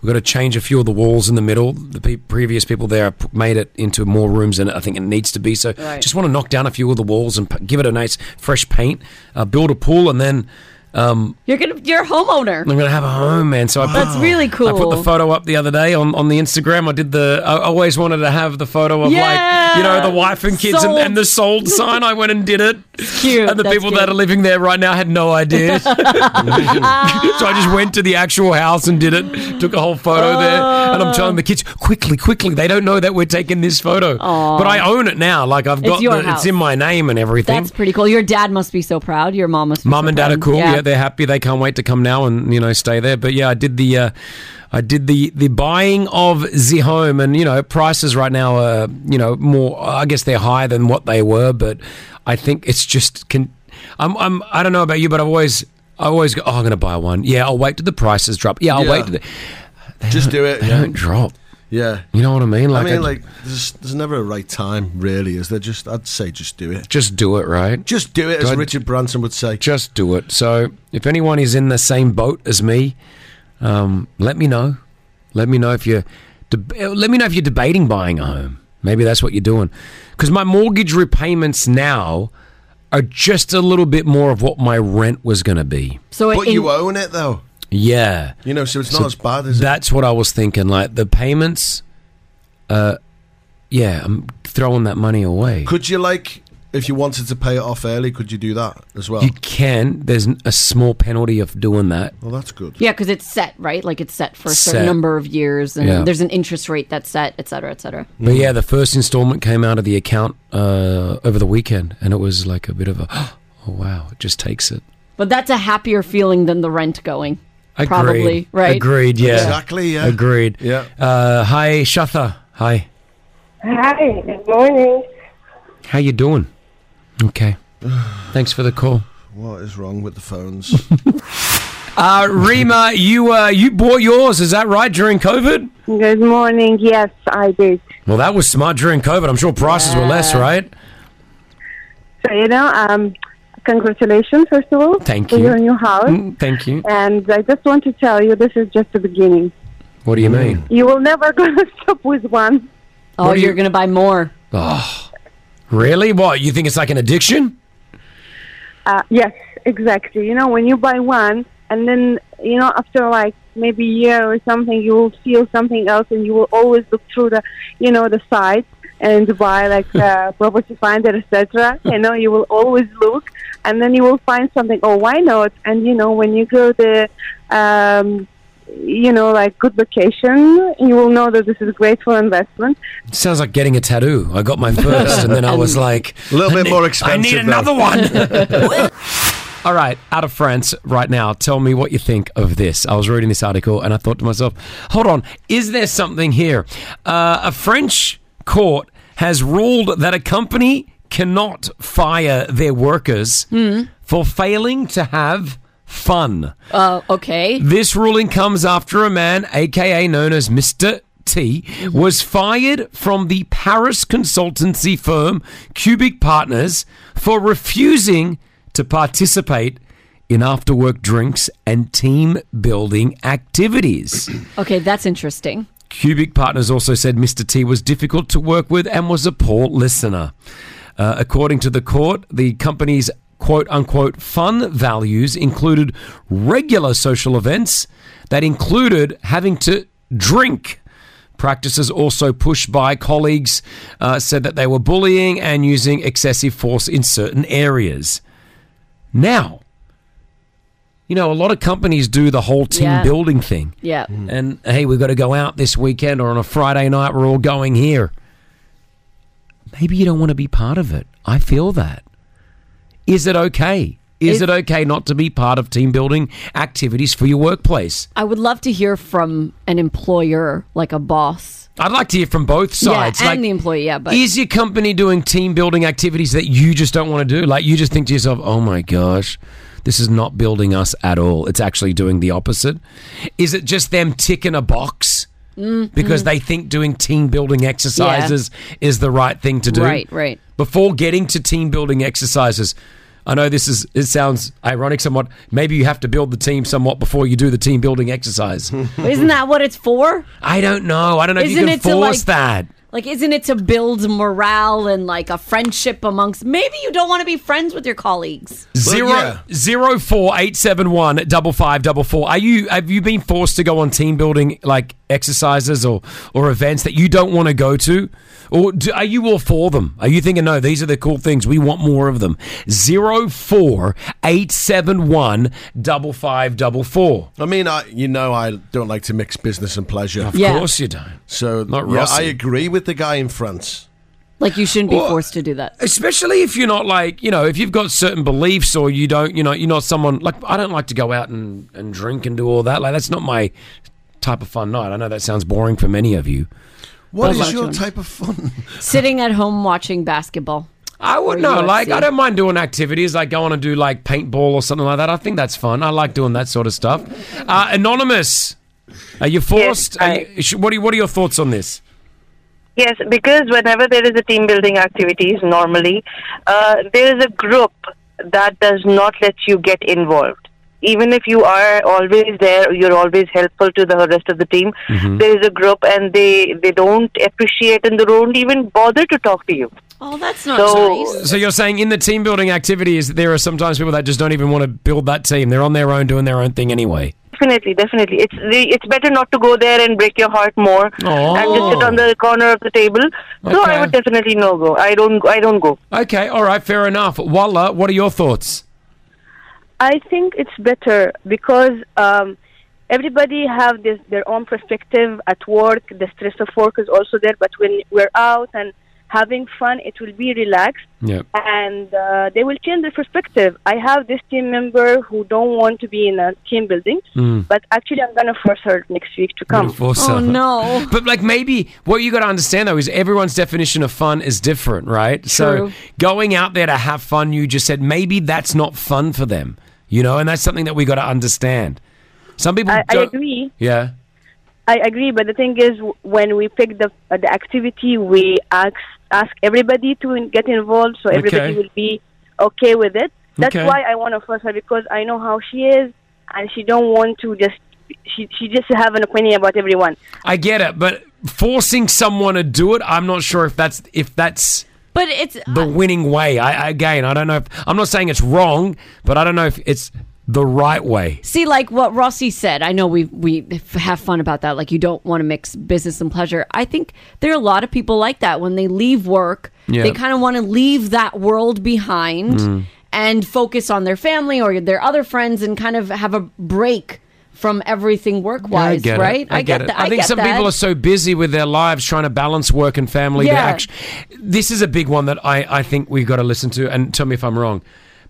[SPEAKER 8] we're gonna change a few of the walls in the middle. The pe- previous people there p- made it into more rooms than I think it needs to be. So
[SPEAKER 3] Right.
[SPEAKER 8] just want to knock down a few of the walls and p- give it a nice fresh paint. Uh, build a pool and then. Um,
[SPEAKER 9] You're gonna you're a homeowner.
[SPEAKER 8] I'm gonna have a home, man. So I put,
[SPEAKER 9] That's really
[SPEAKER 8] I put the
[SPEAKER 9] cool.
[SPEAKER 8] photo up the other day on, on the Instagram. I did the. I always wanted to have the photo of like you know
[SPEAKER 3] Yeah.
[SPEAKER 8] the wife and kids and,
[SPEAKER 3] Sold.
[SPEAKER 8] and the sold sign. I went and did it.
[SPEAKER 9] cute.
[SPEAKER 8] And the
[SPEAKER 3] That's
[SPEAKER 8] people that are living there right now had no idea. so I just went to the actual house and did it. Took a whole photo there, and I'm telling the kids quickly, quickly. They don't know that we're taking this photo,
[SPEAKER 9] Aw.
[SPEAKER 8] but I own it now. Like I've
[SPEAKER 9] It's
[SPEAKER 8] got
[SPEAKER 9] your
[SPEAKER 8] the, it's
[SPEAKER 9] house.
[SPEAKER 8] in my name and everything.
[SPEAKER 9] That's pretty cool. Your dad must be so proud. Your mom must. Be
[SPEAKER 8] Mum
[SPEAKER 9] so
[SPEAKER 8] and dad are
[SPEAKER 9] proud.
[SPEAKER 8] cool. Yeah. they're happy. They can't wait to come now and you know stay there. But yeah, I did the, uh, I did the the buying of the home, and you know prices right now are you know more. I guess they're higher than what they were, but I think it's just can. I'm I'm I don't know about you, but I've always I always go. Oh, I'm going to buy one. Yeah, I'll wait till the prices drop. Yeah, I'll
[SPEAKER 6] Yeah.
[SPEAKER 8] wait. Till the, They
[SPEAKER 6] Just
[SPEAKER 8] don't-
[SPEAKER 6] do it,
[SPEAKER 8] They
[SPEAKER 6] yeah.
[SPEAKER 8] don't drop.
[SPEAKER 6] Yeah.
[SPEAKER 8] You know what I mean?
[SPEAKER 6] I mean,
[SPEAKER 8] I-
[SPEAKER 6] like, there's, there's never a right time, really, is there? Just, I'd say just do it.
[SPEAKER 8] Just do it, right?
[SPEAKER 6] Just do it, as Richard Branson would say.
[SPEAKER 8] Just do it. So, if anyone is in the same boat as me, um, let me know. Let me know if you're. De- let me know if you're debating buying a home. Maybe that's what you're doing. Because my mortgage repayments now are just a little bit more of what my rent was going to be.
[SPEAKER 9] So,
[SPEAKER 6] but you own it though.
[SPEAKER 8] Yeah.
[SPEAKER 6] You know, so it's not as bad as
[SPEAKER 8] That's what I was thinking. Like the payments. Uh, yeah, I'm throwing that money away.
[SPEAKER 6] Could you like, if you wanted to pay it off early, could you do that as well?
[SPEAKER 8] You can. There's a small penalty of doing that.
[SPEAKER 6] Well, that's good.
[SPEAKER 9] Yeah, because it's set, right? Like it's set for a certain
[SPEAKER 8] Set.
[SPEAKER 9] number of years, and
[SPEAKER 8] Yeah.
[SPEAKER 9] there's an interest rate that's set, et cetera, et cetera.
[SPEAKER 8] But yeah, the first installment came out of the account uh, over the weekend, and it was like a bit of a, oh wow, it just takes it.
[SPEAKER 9] But that's a happier feeling than the rent going.
[SPEAKER 8] Agreed.
[SPEAKER 9] Probably, right?
[SPEAKER 8] Agreed. Yeah.
[SPEAKER 6] Exactly, yeah.
[SPEAKER 8] Agreed. Yeah. Uh, hi, Shatha. Hi.
[SPEAKER 5] Hi, good morning.
[SPEAKER 8] How you doing? Okay. Thanks for the call.
[SPEAKER 6] What is wrong with the phones?
[SPEAKER 8] Uh, Rima, you uh, you bought yours, is that right? During COVID?
[SPEAKER 5] Good morning. Yes, I did.
[SPEAKER 8] Well, that was smart during COVID. I'm sure prices were less, right?
[SPEAKER 5] So you know, um, congratulations first of all
[SPEAKER 8] Thank
[SPEAKER 5] for
[SPEAKER 8] you.
[SPEAKER 5] your new house.
[SPEAKER 8] Mm, thank you.
[SPEAKER 5] And I just want to tell you, this is just the beginning.
[SPEAKER 8] What do you mean?
[SPEAKER 5] You will never gonna stop with one.
[SPEAKER 8] Oh, What do you're you-
[SPEAKER 9] gonna buy more.
[SPEAKER 8] Oh, really? What? You think it's like an addiction?
[SPEAKER 5] Uh, yes, exactly. You know, when you buy one, and then you know, after like maybe a year or something, you will feel something else, and you will always look through the, you know, the site and buy like uh, property finder, etc. You know, you will always look, and then you will find something. Oh, why not? And you know, when you go the, um, you know, like good vacation, you will know that this is great for investment.
[SPEAKER 8] Sounds like getting a tattoo. I got mine first, and then I was like,
[SPEAKER 6] a little bit more
[SPEAKER 8] I
[SPEAKER 6] expensive.
[SPEAKER 8] need
[SPEAKER 6] though.
[SPEAKER 8] another one. All right, out of France right now. Tell me what you think of this. I was reading this article and I thought to myself, hold on, is there something here? Uh, a French court has ruled that a company cannot fire their workers
[SPEAKER 9] Hmm.
[SPEAKER 8] for failing to have fun.
[SPEAKER 9] Uh, okay.
[SPEAKER 8] This ruling comes after a man, aka known as Mr. T, was fired from the Paris consultancy firm Cubic Partners for refusing to participate in after work drinks and team building activities.
[SPEAKER 9] Okay, that's interesting.
[SPEAKER 8] Cubic Partners also said Mr. T was difficult to work with and was a poor listener. Uh, according to the court, the company's quote unquote fun values included regular social events that included having to drink. Practices also pushed by colleagues uh, said that they were bullying and using excessive force in certain areas. Now, you know, a lot of companies do the whole team
[SPEAKER 3] Yeah.
[SPEAKER 8] building thing.
[SPEAKER 3] Yeah.
[SPEAKER 8] And hey, we've got to go out this weekend or on a Friday night, we're all going here. Maybe you don't want to be part of it. I feel that. Is it okay? Is,
[SPEAKER 9] Is-
[SPEAKER 8] it okay not to be part of team building activities for your workplace?
[SPEAKER 9] I would love to hear from an employer, like a boss.
[SPEAKER 8] I'd like to hear from both sides.
[SPEAKER 9] yeah, and
[SPEAKER 8] like,
[SPEAKER 9] the employee. Yeah, but
[SPEAKER 8] is your company doing team building activities that you just don't want to do? Like you just think to yourself, "Oh my gosh, this is not building us at all. It's actually doing the opposite." Is it just them ticking a box
[SPEAKER 9] Mm,
[SPEAKER 8] because
[SPEAKER 9] mm.
[SPEAKER 8] they think doing team building exercises is the right thing to do?
[SPEAKER 9] Right, right.
[SPEAKER 8] Before getting to team building exercises, I know this is it sounds ironic somewhat. Maybe you have to build the team somewhat before you do the team building exercise.
[SPEAKER 9] isn't that what it's for?
[SPEAKER 8] I don't know. I don't know
[SPEAKER 9] Isn't
[SPEAKER 8] if you can
[SPEAKER 9] it to,
[SPEAKER 8] force
[SPEAKER 9] like-
[SPEAKER 8] that.
[SPEAKER 9] Like, isn't it to build morale and like a friendship amongst? Maybe you don't want to be friends with your colleagues.
[SPEAKER 8] Zero zero four eight seven one double five double four. Are you have you been forced to go on team building like exercises or or events that you don't want to go to, or do, are you all for them? Are you thinking no? These are the cool things. We want more of them. Zero four eight seven one double five double four.
[SPEAKER 6] I mean, I you know I don't like to mix business and pleasure.
[SPEAKER 8] Of Yeah. course you don't.
[SPEAKER 6] So
[SPEAKER 8] Not
[SPEAKER 6] yeah, I
[SPEAKER 8] Rossi.
[SPEAKER 6] agree with the guy in France.
[SPEAKER 9] Like, you shouldn't be
[SPEAKER 8] Well,
[SPEAKER 9] forced to do that.
[SPEAKER 8] Especially if you're not like you know if you've got certain beliefs or you don't you know you're not someone like I don't like to go out and and drink and do all that like that's not my type of fun night. I know that sounds boring for many of you.
[SPEAKER 6] What
[SPEAKER 8] What
[SPEAKER 6] is
[SPEAKER 8] about
[SPEAKER 6] your
[SPEAKER 8] you?
[SPEAKER 6] type of fun?
[SPEAKER 9] Sitting at home watching basketball.
[SPEAKER 8] I would
[SPEAKER 9] Or
[SPEAKER 8] no, like
[SPEAKER 9] UFC.
[SPEAKER 8] I don't mind doing activities. Like go on and do like paintball or something like that. I think that's fun. I like doing that sort of stuff. Uh, anonymous, are you forced? Are you- sh- what are you- what are your thoughts on this?
[SPEAKER 3] Yes, because whenever there is a team building activities, normally uh, there is a group that does not let you get involved. Even if you are always there, you're always helpful to the rest of the team.
[SPEAKER 7] Mhm.
[SPEAKER 3] there is a group, and they they don't appreciate and they don't even bother to talk to you.
[SPEAKER 9] Oh, that's
[SPEAKER 8] So you're saying in the team building activities, there are sometimes people that just don't even want to build that team. They're on their own doing their own thing anyway.
[SPEAKER 3] Definitely, definitely. It's the, it's better not to go there and break your heart more, and just sit on the corner of the table. So I would definitely no go. I don't I don't go.
[SPEAKER 8] Okay, all right, fair enough. Walla, what are your thoughts?
[SPEAKER 22] I think it's better because um, everybody have this, their own perspective at work. The stress of work is also there, but when we're out and having fun, it will be relaxed
[SPEAKER 8] Yeah.
[SPEAKER 22] and uh, they will change their perspective. I have this team member who don't want to be in a team building,
[SPEAKER 8] Mm.
[SPEAKER 22] but actually I'm gonna force her next week to come.
[SPEAKER 8] Oh,
[SPEAKER 9] no!
[SPEAKER 8] But like maybe what you got to understand though is everyone's definition of fun is different, right? So
[SPEAKER 22] True.
[SPEAKER 8] going out there to have fun, you just said maybe that's not fun for them, you know, and that's something that we got to understand. Some people,
[SPEAKER 22] I, I
[SPEAKER 8] don't-
[SPEAKER 22] agree.
[SPEAKER 8] Yeah.
[SPEAKER 22] I agree, but the thing is, w- when we pick the uh, the activity, we ask ask everybody to in- get involved, so everybody
[SPEAKER 24] Okay.
[SPEAKER 22] will be okay with it. That's
[SPEAKER 24] Okay.
[SPEAKER 22] why I want to force her because I know how she is, and she don't want to just she she just have an opinion about everyone.
[SPEAKER 8] I get it, but forcing someone to do it, I'm not sure if that's if that's
[SPEAKER 9] But it's
[SPEAKER 22] uh,
[SPEAKER 8] the winning way. I again, I don't know. If, I'm not saying it's wrong, but I don't know if it's the right way.
[SPEAKER 9] See, like what Rossi said, I know we we f- have fun about that. Like you don't want to mix business and pleasure. I think there are a lot of people like that when they leave work,
[SPEAKER 25] Yeah.
[SPEAKER 9] they kind of want to leave that world behind
[SPEAKER 25] Mm.
[SPEAKER 9] and focus on their family or their other friends and kind of have a break from everything work wise,
[SPEAKER 8] get it.
[SPEAKER 9] right?
[SPEAKER 8] I, get, it.
[SPEAKER 9] that.
[SPEAKER 8] I think
[SPEAKER 9] get
[SPEAKER 8] some
[SPEAKER 9] that.
[SPEAKER 8] people are so busy with their lives trying to balance work and family.
[SPEAKER 9] Yeah.
[SPEAKER 8] Yeah. this is a big one that I, I think we've got to listen to and tell me if I'm wrong.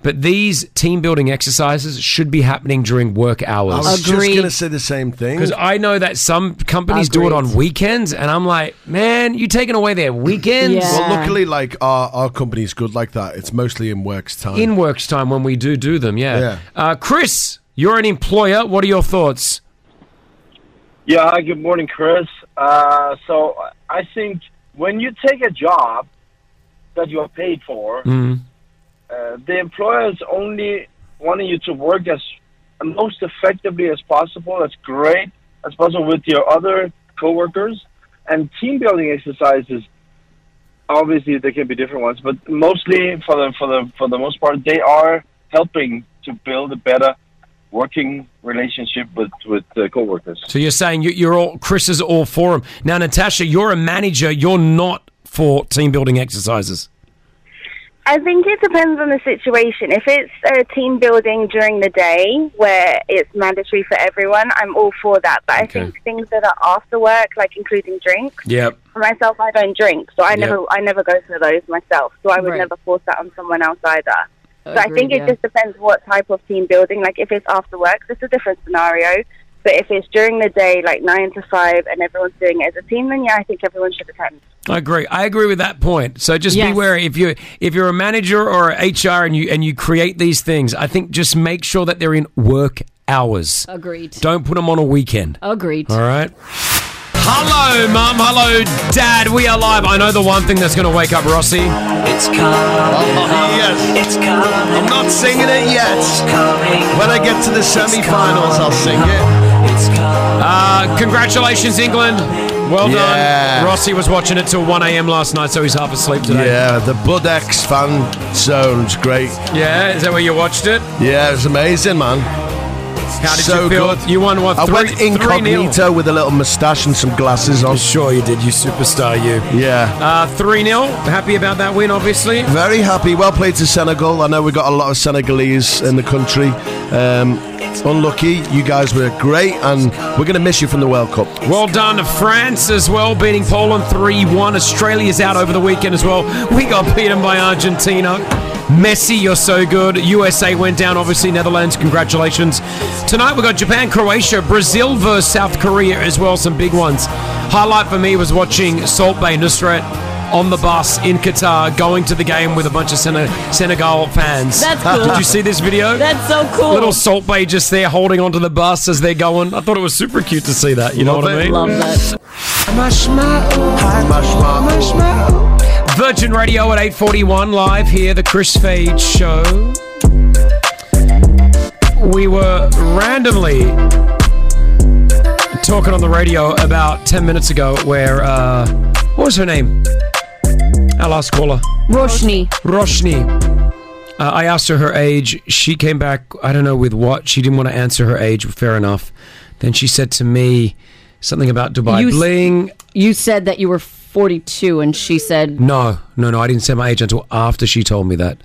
[SPEAKER 8] But these team building exercises should be happening during work hours.
[SPEAKER 6] I was just going to say the same thing.
[SPEAKER 8] Because I know that some companies do it
[SPEAKER 6] Agreed.
[SPEAKER 8] on weekends, and I'm like, man, you're taking away their weekends.
[SPEAKER 6] Well, luckily, like our our company's good like that. It's mostly in works time.
[SPEAKER 8] in works time when we do do them, yeah.
[SPEAKER 6] Yeah.
[SPEAKER 8] Uh, Chris, you're an employer. What are your thoughts?
[SPEAKER 26] Yeah, hi, good morning, Chris. Uh, so I think when you take a job that you are paid for, uh, the employer is only wanting you to work as most effectively as possible, as great as possible with your other coworkers. And team building exercises, obviously, there can be different ones, but mostly for the for the for the most part, they are helping to build a better working relationship with with uh, coworkers.
[SPEAKER 8] So you're saying you, you're all Chris is all for them. Now, Natasha, you're a manager. You're not for team building exercises.
[SPEAKER 24] I think it depends on the situation. If it's uh, team building during the day where it's mandatory for everyone, I'm all for that. But
[SPEAKER 8] Okay.
[SPEAKER 24] I think things that are after work, like including drinks.
[SPEAKER 8] Yep.
[SPEAKER 24] For myself, I don't drink, so I
[SPEAKER 8] Yep.
[SPEAKER 24] never, I never go to those myself. So I would
[SPEAKER 9] Right.
[SPEAKER 24] never force that on someone else either. So I think
[SPEAKER 22] Agreed,
[SPEAKER 24] it
[SPEAKER 22] yeah.
[SPEAKER 24] just depends what type of team building. Like if it's after work, it's a different scenario. But if it's during the day, like nine to five, and everyone's doing it as a team, then yeah, I think everyone should attend.
[SPEAKER 8] I agree. I agree with that point. So just be
[SPEAKER 24] Yes.
[SPEAKER 8] wary if you if you're a manager or a HR and you and you create these things. I think just make sure that they're in work hours.
[SPEAKER 9] Agreed.
[SPEAKER 8] Don't put them on a weekend.
[SPEAKER 9] Agreed.
[SPEAKER 8] All right. Hello, mum. Hello, dad. We are live. I know the one thing that's going to wake up Rossi. It's coming.
[SPEAKER 6] yes. It's coming. I'm not singing it yet. When I get to the semi-finals, I'll sing it. It's coming.
[SPEAKER 8] Uh, congratulations, England. Well
[SPEAKER 6] Yeah.
[SPEAKER 8] done. Rossi was watching it till 1 a.m. last night, so he's half asleep today.
[SPEAKER 6] Yeah, the Budex fan zone's great.
[SPEAKER 8] Yeah, is that where you watched it?
[SPEAKER 6] Yeah, it was amazing, man.
[SPEAKER 8] How did you feel? You won what?
[SPEAKER 6] I
[SPEAKER 8] three,
[SPEAKER 6] went
[SPEAKER 8] 3-0?
[SPEAKER 6] incognito with a little moustache and some glasses on.
[SPEAKER 8] Sure, you did. You superstar, you.
[SPEAKER 6] Yeah.
[SPEAKER 8] Uh, 3 0. Happy about that win, obviously.
[SPEAKER 6] Very happy. Well played to Senegal. I know we've got a lot of Senegalese in the country. Um, unlucky. You guys were great, and we're going to miss you from the World Cup.
[SPEAKER 8] Well done to France as well, beating Poland 3 1. Australia's out over the weekend as well. We got beaten by Argentina. Messi, you're so good. USA went down, obviously, Netherlands. Congratulations. Tonight we've got Japan, Croatia, Brazil versus South Korea as well. Some big ones. Highlight for me was watching Salt Bay Nusret on the bus in Qatar going to the game with a bunch of Sen- Senegal fans.
[SPEAKER 9] That's cool.
[SPEAKER 8] Did you see this video?
[SPEAKER 9] That's so cool.
[SPEAKER 8] Little Salt Bay just there holding onto the bus as they're going. I thought it was super cute to see that. You know
[SPEAKER 6] Love
[SPEAKER 8] what I
[SPEAKER 6] it.
[SPEAKER 8] mean?
[SPEAKER 6] Love
[SPEAKER 9] that.
[SPEAKER 8] Virgin Radio at 8:41 live here, the Chris Fade Show. We were randomly talking on the radio about 10 minutes ago, where uh, what was her name? Our last caller,
[SPEAKER 9] Roshni.
[SPEAKER 8] Roshni. Uh, I asked her her age. She came back, I don't know with what. She didn't want to answer her age. Fair enough. Then she said to me something about Dubai
[SPEAKER 9] You s-
[SPEAKER 8] Bling.
[SPEAKER 9] You said that you were 42, and she said
[SPEAKER 8] No, no, no. I didn't say my age until after she told me that.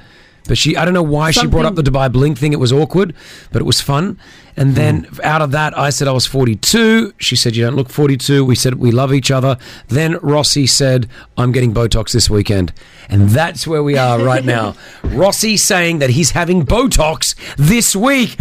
[SPEAKER 8] But she, I don't know why she brought up the Dubai Bling thing. It was awkward, but it was fun. And then
[SPEAKER 9] Hmm.
[SPEAKER 8] out of that, I said I was 42. She said, You don't look 42. We said, We love each other. Then Rossi said, I'm getting Botox this weekend. And that's where we are right now. Rossi saying that he's having Botox this week.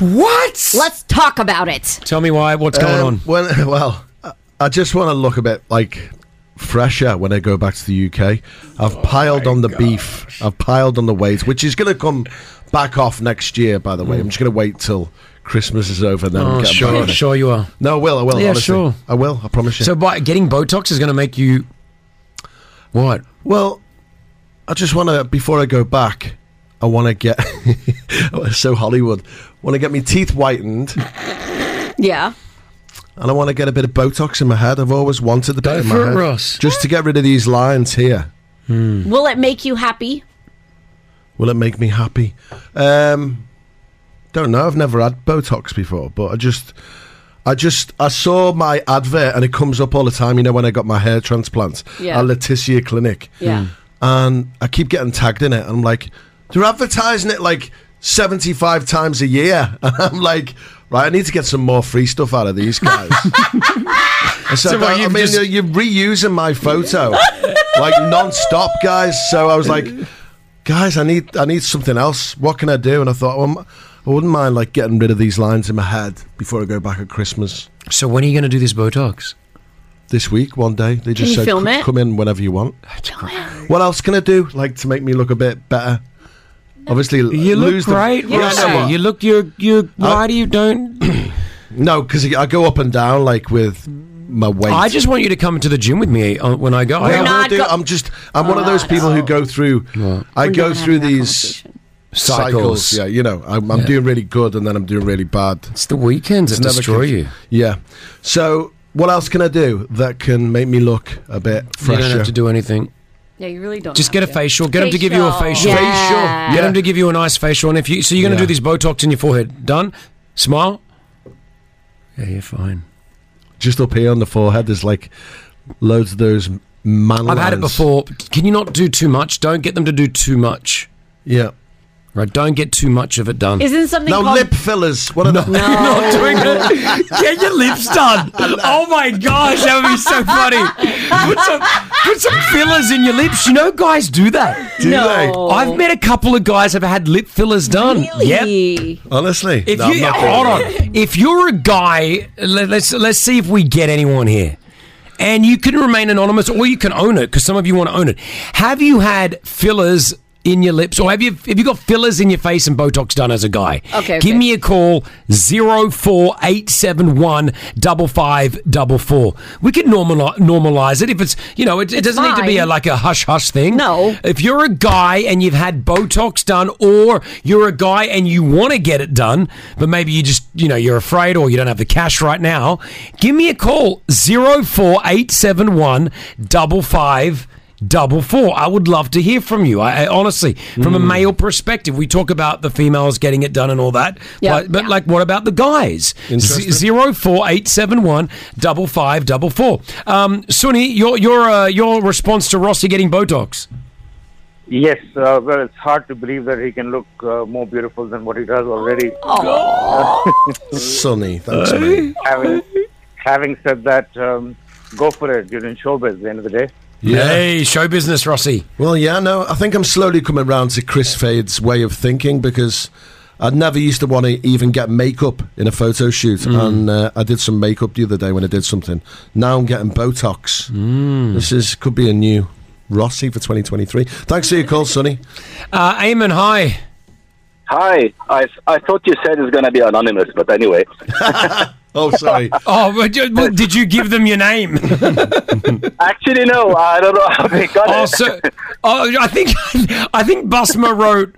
[SPEAKER 8] What?
[SPEAKER 9] Let's talk about it.
[SPEAKER 8] Tell me why. What's
[SPEAKER 9] going
[SPEAKER 6] on? Well, Um, well, I- I just want to look a bit like fresher when I go back to the UK. I've piled on the beef. I've piled on the weight, which is going to come back off next year. By the way, I'm just going to wait till Christmas is over. Then I'm
[SPEAKER 8] Oh,
[SPEAKER 6] getting back
[SPEAKER 8] sure,
[SPEAKER 6] on it.
[SPEAKER 8] sure you are.
[SPEAKER 6] No, I will. I will.
[SPEAKER 8] Yeah,
[SPEAKER 6] honestly. Oh,
[SPEAKER 8] sure.
[SPEAKER 6] I will. I promise you.
[SPEAKER 8] So by getting Botox is going to make you what?
[SPEAKER 6] Well, I just want to before I go back. I want to get so Hollywood. Want to get my teeth whitened, and
[SPEAKER 9] Yeah.
[SPEAKER 6] I want to get a bit of Botox in my head. I've always wanted the bit in my
[SPEAKER 8] for it,
[SPEAKER 6] head,
[SPEAKER 8] Ross. Hmm.
[SPEAKER 6] just to get rid of these lines here.
[SPEAKER 9] Will it make you happy?
[SPEAKER 6] Will it make me happy? Um, don't know. I've never had Botox before, but I just, I just, I saw my advert and it comes up all the time. You know, when I got my hair transplant
[SPEAKER 1] Yeah.
[SPEAKER 6] at Letitia Clinic,
[SPEAKER 1] Yeah.
[SPEAKER 8] Hmm.
[SPEAKER 1] Mm.
[SPEAKER 6] and I keep getting tagged in it. And I'm like, they're advertising it like 75 times a year, and I'm like, right, I need to get some more free stuff out of these guys. I said,
[SPEAKER 8] So what,
[SPEAKER 6] I
[SPEAKER 8] you've
[SPEAKER 6] mean,
[SPEAKER 8] just-
[SPEAKER 6] you're, you're reusing my photo like non-stop, guys. So I was like, guys, I need I need something else. What can I do? And I thought, well, m- I wouldn't mind like getting rid of these lines in my head before I go back at Christmas.
[SPEAKER 8] So when are you going to do this Botox?
[SPEAKER 6] This week, one day. They just
[SPEAKER 9] you
[SPEAKER 6] said,
[SPEAKER 9] film
[SPEAKER 6] "C-
[SPEAKER 9] it?"
[SPEAKER 6] come in whenever you want. What else can I do? Like to make me look a bit better. Obviously,
[SPEAKER 8] You look
[SPEAKER 6] lose
[SPEAKER 8] great.
[SPEAKER 6] The, Yeah, I know
[SPEAKER 8] Rossi.
[SPEAKER 6] what.
[SPEAKER 8] You look. You you. Why do you don't?
[SPEAKER 6] no, because I go up and down like with my weight.
[SPEAKER 8] I just want you to come to the gym with me uh, when I go. Oh, I
[SPEAKER 6] Well, I
[SPEAKER 8] wanna
[SPEAKER 6] wanna do- I'm just. I'm one of those people who go through. I
[SPEAKER 8] We're
[SPEAKER 6] go
[SPEAKER 8] not
[SPEAKER 6] through these cycles.
[SPEAKER 8] Cycles.
[SPEAKER 6] Yeah, you know, I'm, I'm doing really good and then I'm doing really bad.
[SPEAKER 8] It's the weekends that
[SPEAKER 6] never
[SPEAKER 8] destroy
[SPEAKER 6] con-
[SPEAKER 8] you.
[SPEAKER 6] Yeah. So what else can I do that can make me look a bit
[SPEAKER 8] You
[SPEAKER 6] fresher?
[SPEAKER 8] don't have to do anything.
[SPEAKER 9] Yeah, you really don't.
[SPEAKER 8] Just get a facial. Get him to give you a facial.
[SPEAKER 9] Facial. Yeah.
[SPEAKER 8] Get him to give you a nice facial. And if you so, you're going to
[SPEAKER 6] Yeah.
[SPEAKER 8] do this Botox in your forehead. Done. Smile. Yeah, you're fine.
[SPEAKER 6] Just up here on the forehead, there's like loads of those man.
[SPEAKER 8] I've had it
[SPEAKER 6] lines.
[SPEAKER 8] before. Can you not do too much? Don't get them to do too much.
[SPEAKER 6] Yeah.
[SPEAKER 8] Right, don't get too much of it done.
[SPEAKER 9] Isn't something
[SPEAKER 6] No,
[SPEAKER 9] called-
[SPEAKER 6] lip fillers. What are no.
[SPEAKER 8] No. Not doing it. Get your lips done. Oh my gosh, that would be so funny. Put some, put some fillers in your lips. You know, guys do that.
[SPEAKER 6] Do No. they?
[SPEAKER 8] I've met a couple of guys have had lip fillers done. Yep.
[SPEAKER 6] Honestly,
[SPEAKER 8] If
[SPEAKER 6] no, I'm
[SPEAKER 8] you
[SPEAKER 6] not doing
[SPEAKER 8] hold on,
[SPEAKER 6] that.
[SPEAKER 8] if you're a guy, let, us let's see if we get anyone here. And you can remain anonymous, or you can own it because some of you want to own it. Have you had fillers in your lips, or have you have you got fillers in your face and Botox done as a guy?
[SPEAKER 1] Okay,
[SPEAKER 8] Give
[SPEAKER 1] okay.
[SPEAKER 8] me a call zero four eight seven one double five double four. We can normalize normalize it if it's you know it, it
[SPEAKER 1] It's
[SPEAKER 8] doesn't need to be a,
[SPEAKER 1] fine.
[SPEAKER 8] like a hush hush thing. No. If you're a guy and you've had Botox done, or you're a guy and you want to get it done, but maybe you just, you know, you're afraid or you don't have the cash right now, give me a call 04871 55 Double four. I would love to hear from you. I, I honestly, from
[SPEAKER 1] Hmm.
[SPEAKER 8] a male perspective, we talk about the females getting it done and all that.
[SPEAKER 1] Yeah.
[SPEAKER 8] But, but like, what about the guys?
[SPEAKER 1] Interesting.
[SPEAKER 8] Zero four eight seven one double five double four. Um, Sunny, your your uh, your response to Rossi getting Botox?
[SPEAKER 7] Yes, uh, well, it's hard to believe that he can look uh, more beautiful than what he does already.
[SPEAKER 6] Sonny, thanks, mate.
[SPEAKER 7] having, having said that, um, go for it. You're in showbiz at the end of the day.
[SPEAKER 8] Hey, show business, Rossi.
[SPEAKER 6] Well, yeah, no, I think I'm slowly coming round to Chris Fade's way of thinking because I never used to want to even get makeup in a photo shoot,
[SPEAKER 8] Mm.
[SPEAKER 6] and uh, I did some makeup the other day when I did something. Now I'm getting Botox.
[SPEAKER 8] Mm.
[SPEAKER 6] This is could be a new Rossi for 2023. Thanks for your call, Sonny.
[SPEAKER 8] Uh, Eamon, hi.
[SPEAKER 10] Hi, I, I thought you said it's going to be anonymous, but anyway.
[SPEAKER 6] oh, sorry.
[SPEAKER 8] Oh, but you- well, did you give them your name?
[SPEAKER 10] Actually, no. I don't know how they got
[SPEAKER 8] oh,
[SPEAKER 10] it.
[SPEAKER 8] so, oh, I think I think Busma wrote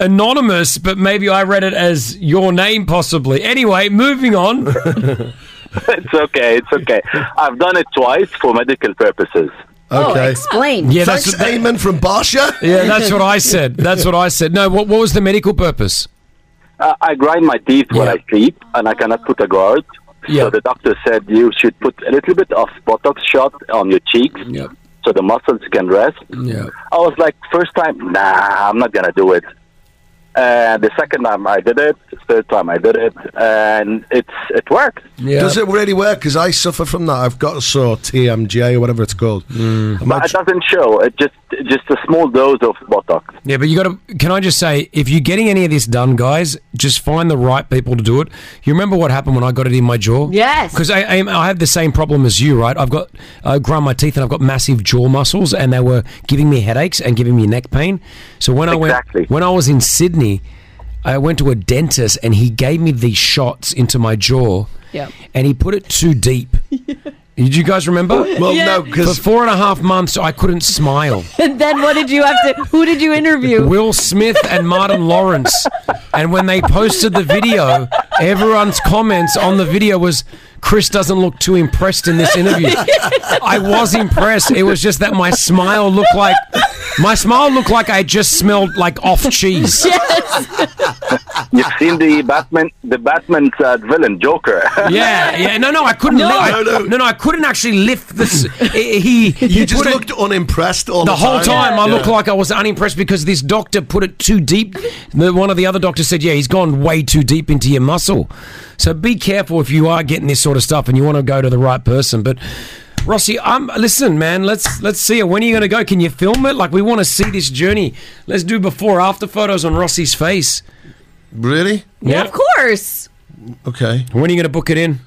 [SPEAKER 8] anonymous, but maybe I read it as your name, possibly. Anyway, moving on.
[SPEAKER 10] it's okay. It's okay. I've done it twice for medical purposes.
[SPEAKER 6] Okay.
[SPEAKER 9] explain.
[SPEAKER 8] Yeah,
[SPEAKER 6] Thanks,
[SPEAKER 8] that's what they-
[SPEAKER 6] Eamon from Barsha.
[SPEAKER 8] Yeah, that's what I said. That's what I said. No, what, what was the medical purpose?
[SPEAKER 10] Uh, I grind my teeth when I sleep, and I cannot put a guard. So the doctor said you should put a little bit of Botox shot on your cheeks, so the muscles can rest.
[SPEAKER 8] Yeah.
[SPEAKER 10] I was like, first time, nah, I'm not gonna do it. And the second time I did it, third time I did it, and it's it worked.
[SPEAKER 6] Does it really work? Because I suffer from that. I've got a sore TMJ or whatever it's called.
[SPEAKER 8] Mm.
[SPEAKER 6] Am I
[SPEAKER 10] But it doesn't show. It just just a small dose of Botox.
[SPEAKER 8] Yeah, but you got to. Can I just say, if you're getting any of this done, guys, just find the right people to do it. You remember what happened when I got it in my jaw?
[SPEAKER 9] Yes.
[SPEAKER 8] Because I, I, I have the same problem as you, right? I've got I grind my teeth and I've got massive jaw muscles, and they were giving me headaches and giving me neck pain. So when I went when I was in Sydney, I went to a dentist and he gave me these shots into my jaw.
[SPEAKER 1] Yep.
[SPEAKER 8] And he put it too deep. Did you guys remember?
[SPEAKER 6] Well, no, Yeah. 'cause-
[SPEAKER 8] for four and a half months I couldn't smile.
[SPEAKER 9] And then what did you have to? Who did you interview?
[SPEAKER 8] Will Smith and Martin Lawrence. And when they posted the video, everyone's comments on the video was Chris doesn't look too impressed in this interview. I was impressed. It was just that my smile looked like my smile looked like I just smelled like off cheese.
[SPEAKER 10] You've seen the Batman, the Batman's uh, villain Joker.
[SPEAKER 8] Yeah, yeah. No, no, I couldn't. No, I, no, no. I couldn't actually lift this. He, he
[SPEAKER 6] You just
[SPEAKER 8] put it-
[SPEAKER 6] looked unimpressed all the,
[SPEAKER 8] whole time I
[SPEAKER 6] Yeah.
[SPEAKER 8] looked like I was unimpressed because this doctor put it too deep. The, one of the other doctors said, "Yeah, he's gone way too deep into your muscle." So be careful if you are getting this sort of stuff and you want to go to the right person. But Rossi, um, listen, man, let's let's see it. When are you going to go? Can you film it? Like we want to see this journey. Let's do before after photos on Rossi's face.
[SPEAKER 6] Really?
[SPEAKER 8] Yeah.
[SPEAKER 9] Of course.
[SPEAKER 6] Okay.
[SPEAKER 8] When are you going to book it in?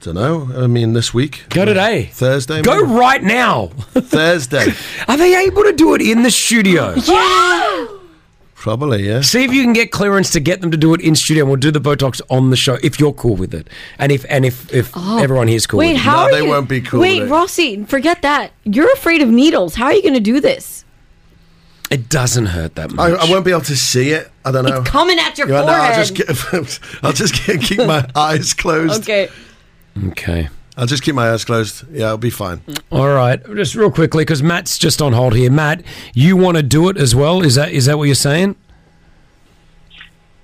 [SPEAKER 6] Don't know. I mean, this week.
[SPEAKER 8] Go today.
[SPEAKER 6] Thursday.
[SPEAKER 8] Go
[SPEAKER 6] maybe?
[SPEAKER 8] right now.
[SPEAKER 6] Thursday.
[SPEAKER 8] Are they able to do it in the studio?
[SPEAKER 9] Yeah. eh?
[SPEAKER 6] Probably, yeah.
[SPEAKER 8] See if you can get clearance to get them to do it in studio, and we'll do the Botox on the show if you're cool with it, and if and if if everyone here's cool.
[SPEAKER 9] Oh. Wait,
[SPEAKER 8] with it.
[SPEAKER 9] how are you, Wait, Rossi, forget that. You're afraid of needles. How are you going to do this?
[SPEAKER 8] it doesn't hurt that
[SPEAKER 6] I,
[SPEAKER 8] much.
[SPEAKER 6] I won't be able to see it. I don't
[SPEAKER 8] Oh.
[SPEAKER 6] know.
[SPEAKER 9] It's coming at your
[SPEAKER 6] Yeah, no, I'll
[SPEAKER 9] forehead.
[SPEAKER 6] just, keep, I'll just keep keep my eyes closed.
[SPEAKER 9] Okay.
[SPEAKER 8] Okay.
[SPEAKER 6] I'll just keep my eyes closed. Yeah, I'll be fine.
[SPEAKER 9] Mm.
[SPEAKER 8] All right, just real quickly because Matt's just on hold here. Matt, you want to do it as well? Is that is that what you're saying?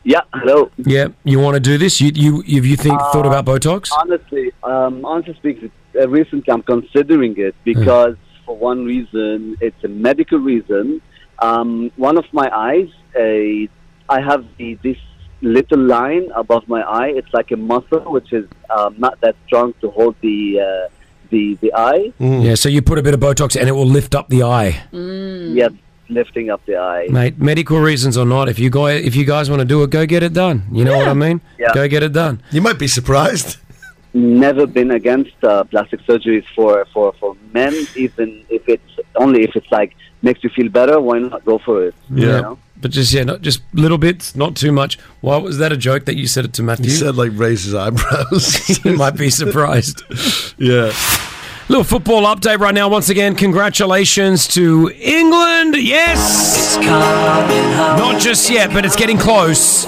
[SPEAKER 11] Yeah, hello. Uh,
[SPEAKER 8] Yeah, you want to do this? You you you, you think thought about Botox?
[SPEAKER 11] Honestly, um, honestly speaking, uh, recently I'm considering it because for one reason, it's a medical reason. Um, one of my eyes, a I have the, this little line above my eye. It's like a muscle, which is um, not that strong to hold the uh, the the eye.
[SPEAKER 9] Mm.
[SPEAKER 8] Yeah, so you put a bit of Botox and it will lift up the eye.
[SPEAKER 9] Mm.
[SPEAKER 11] Yes, lifting up the eye.
[SPEAKER 8] Mate, medical reasons or not, if you guys if you guys want to do it, go get it done. You know what I mean?
[SPEAKER 11] Yeah.
[SPEAKER 8] Go get it done.
[SPEAKER 6] You might be surprised.
[SPEAKER 11] Never been against uh, plastic surgeries for, for, for men, even if it's only if it's like makes you feel better. Why not go for it? you know?
[SPEAKER 8] But just yeah, not just little bits, not too much. Why was that a joke that you said it to Matthew? He said
[SPEAKER 6] like raise his eyebrows.
[SPEAKER 8] you might be surprised.
[SPEAKER 6] yeah.
[SPEAKER 8] Little football update right now. Once again, congratulations to England. Yes. Not just yet, but it's getting close.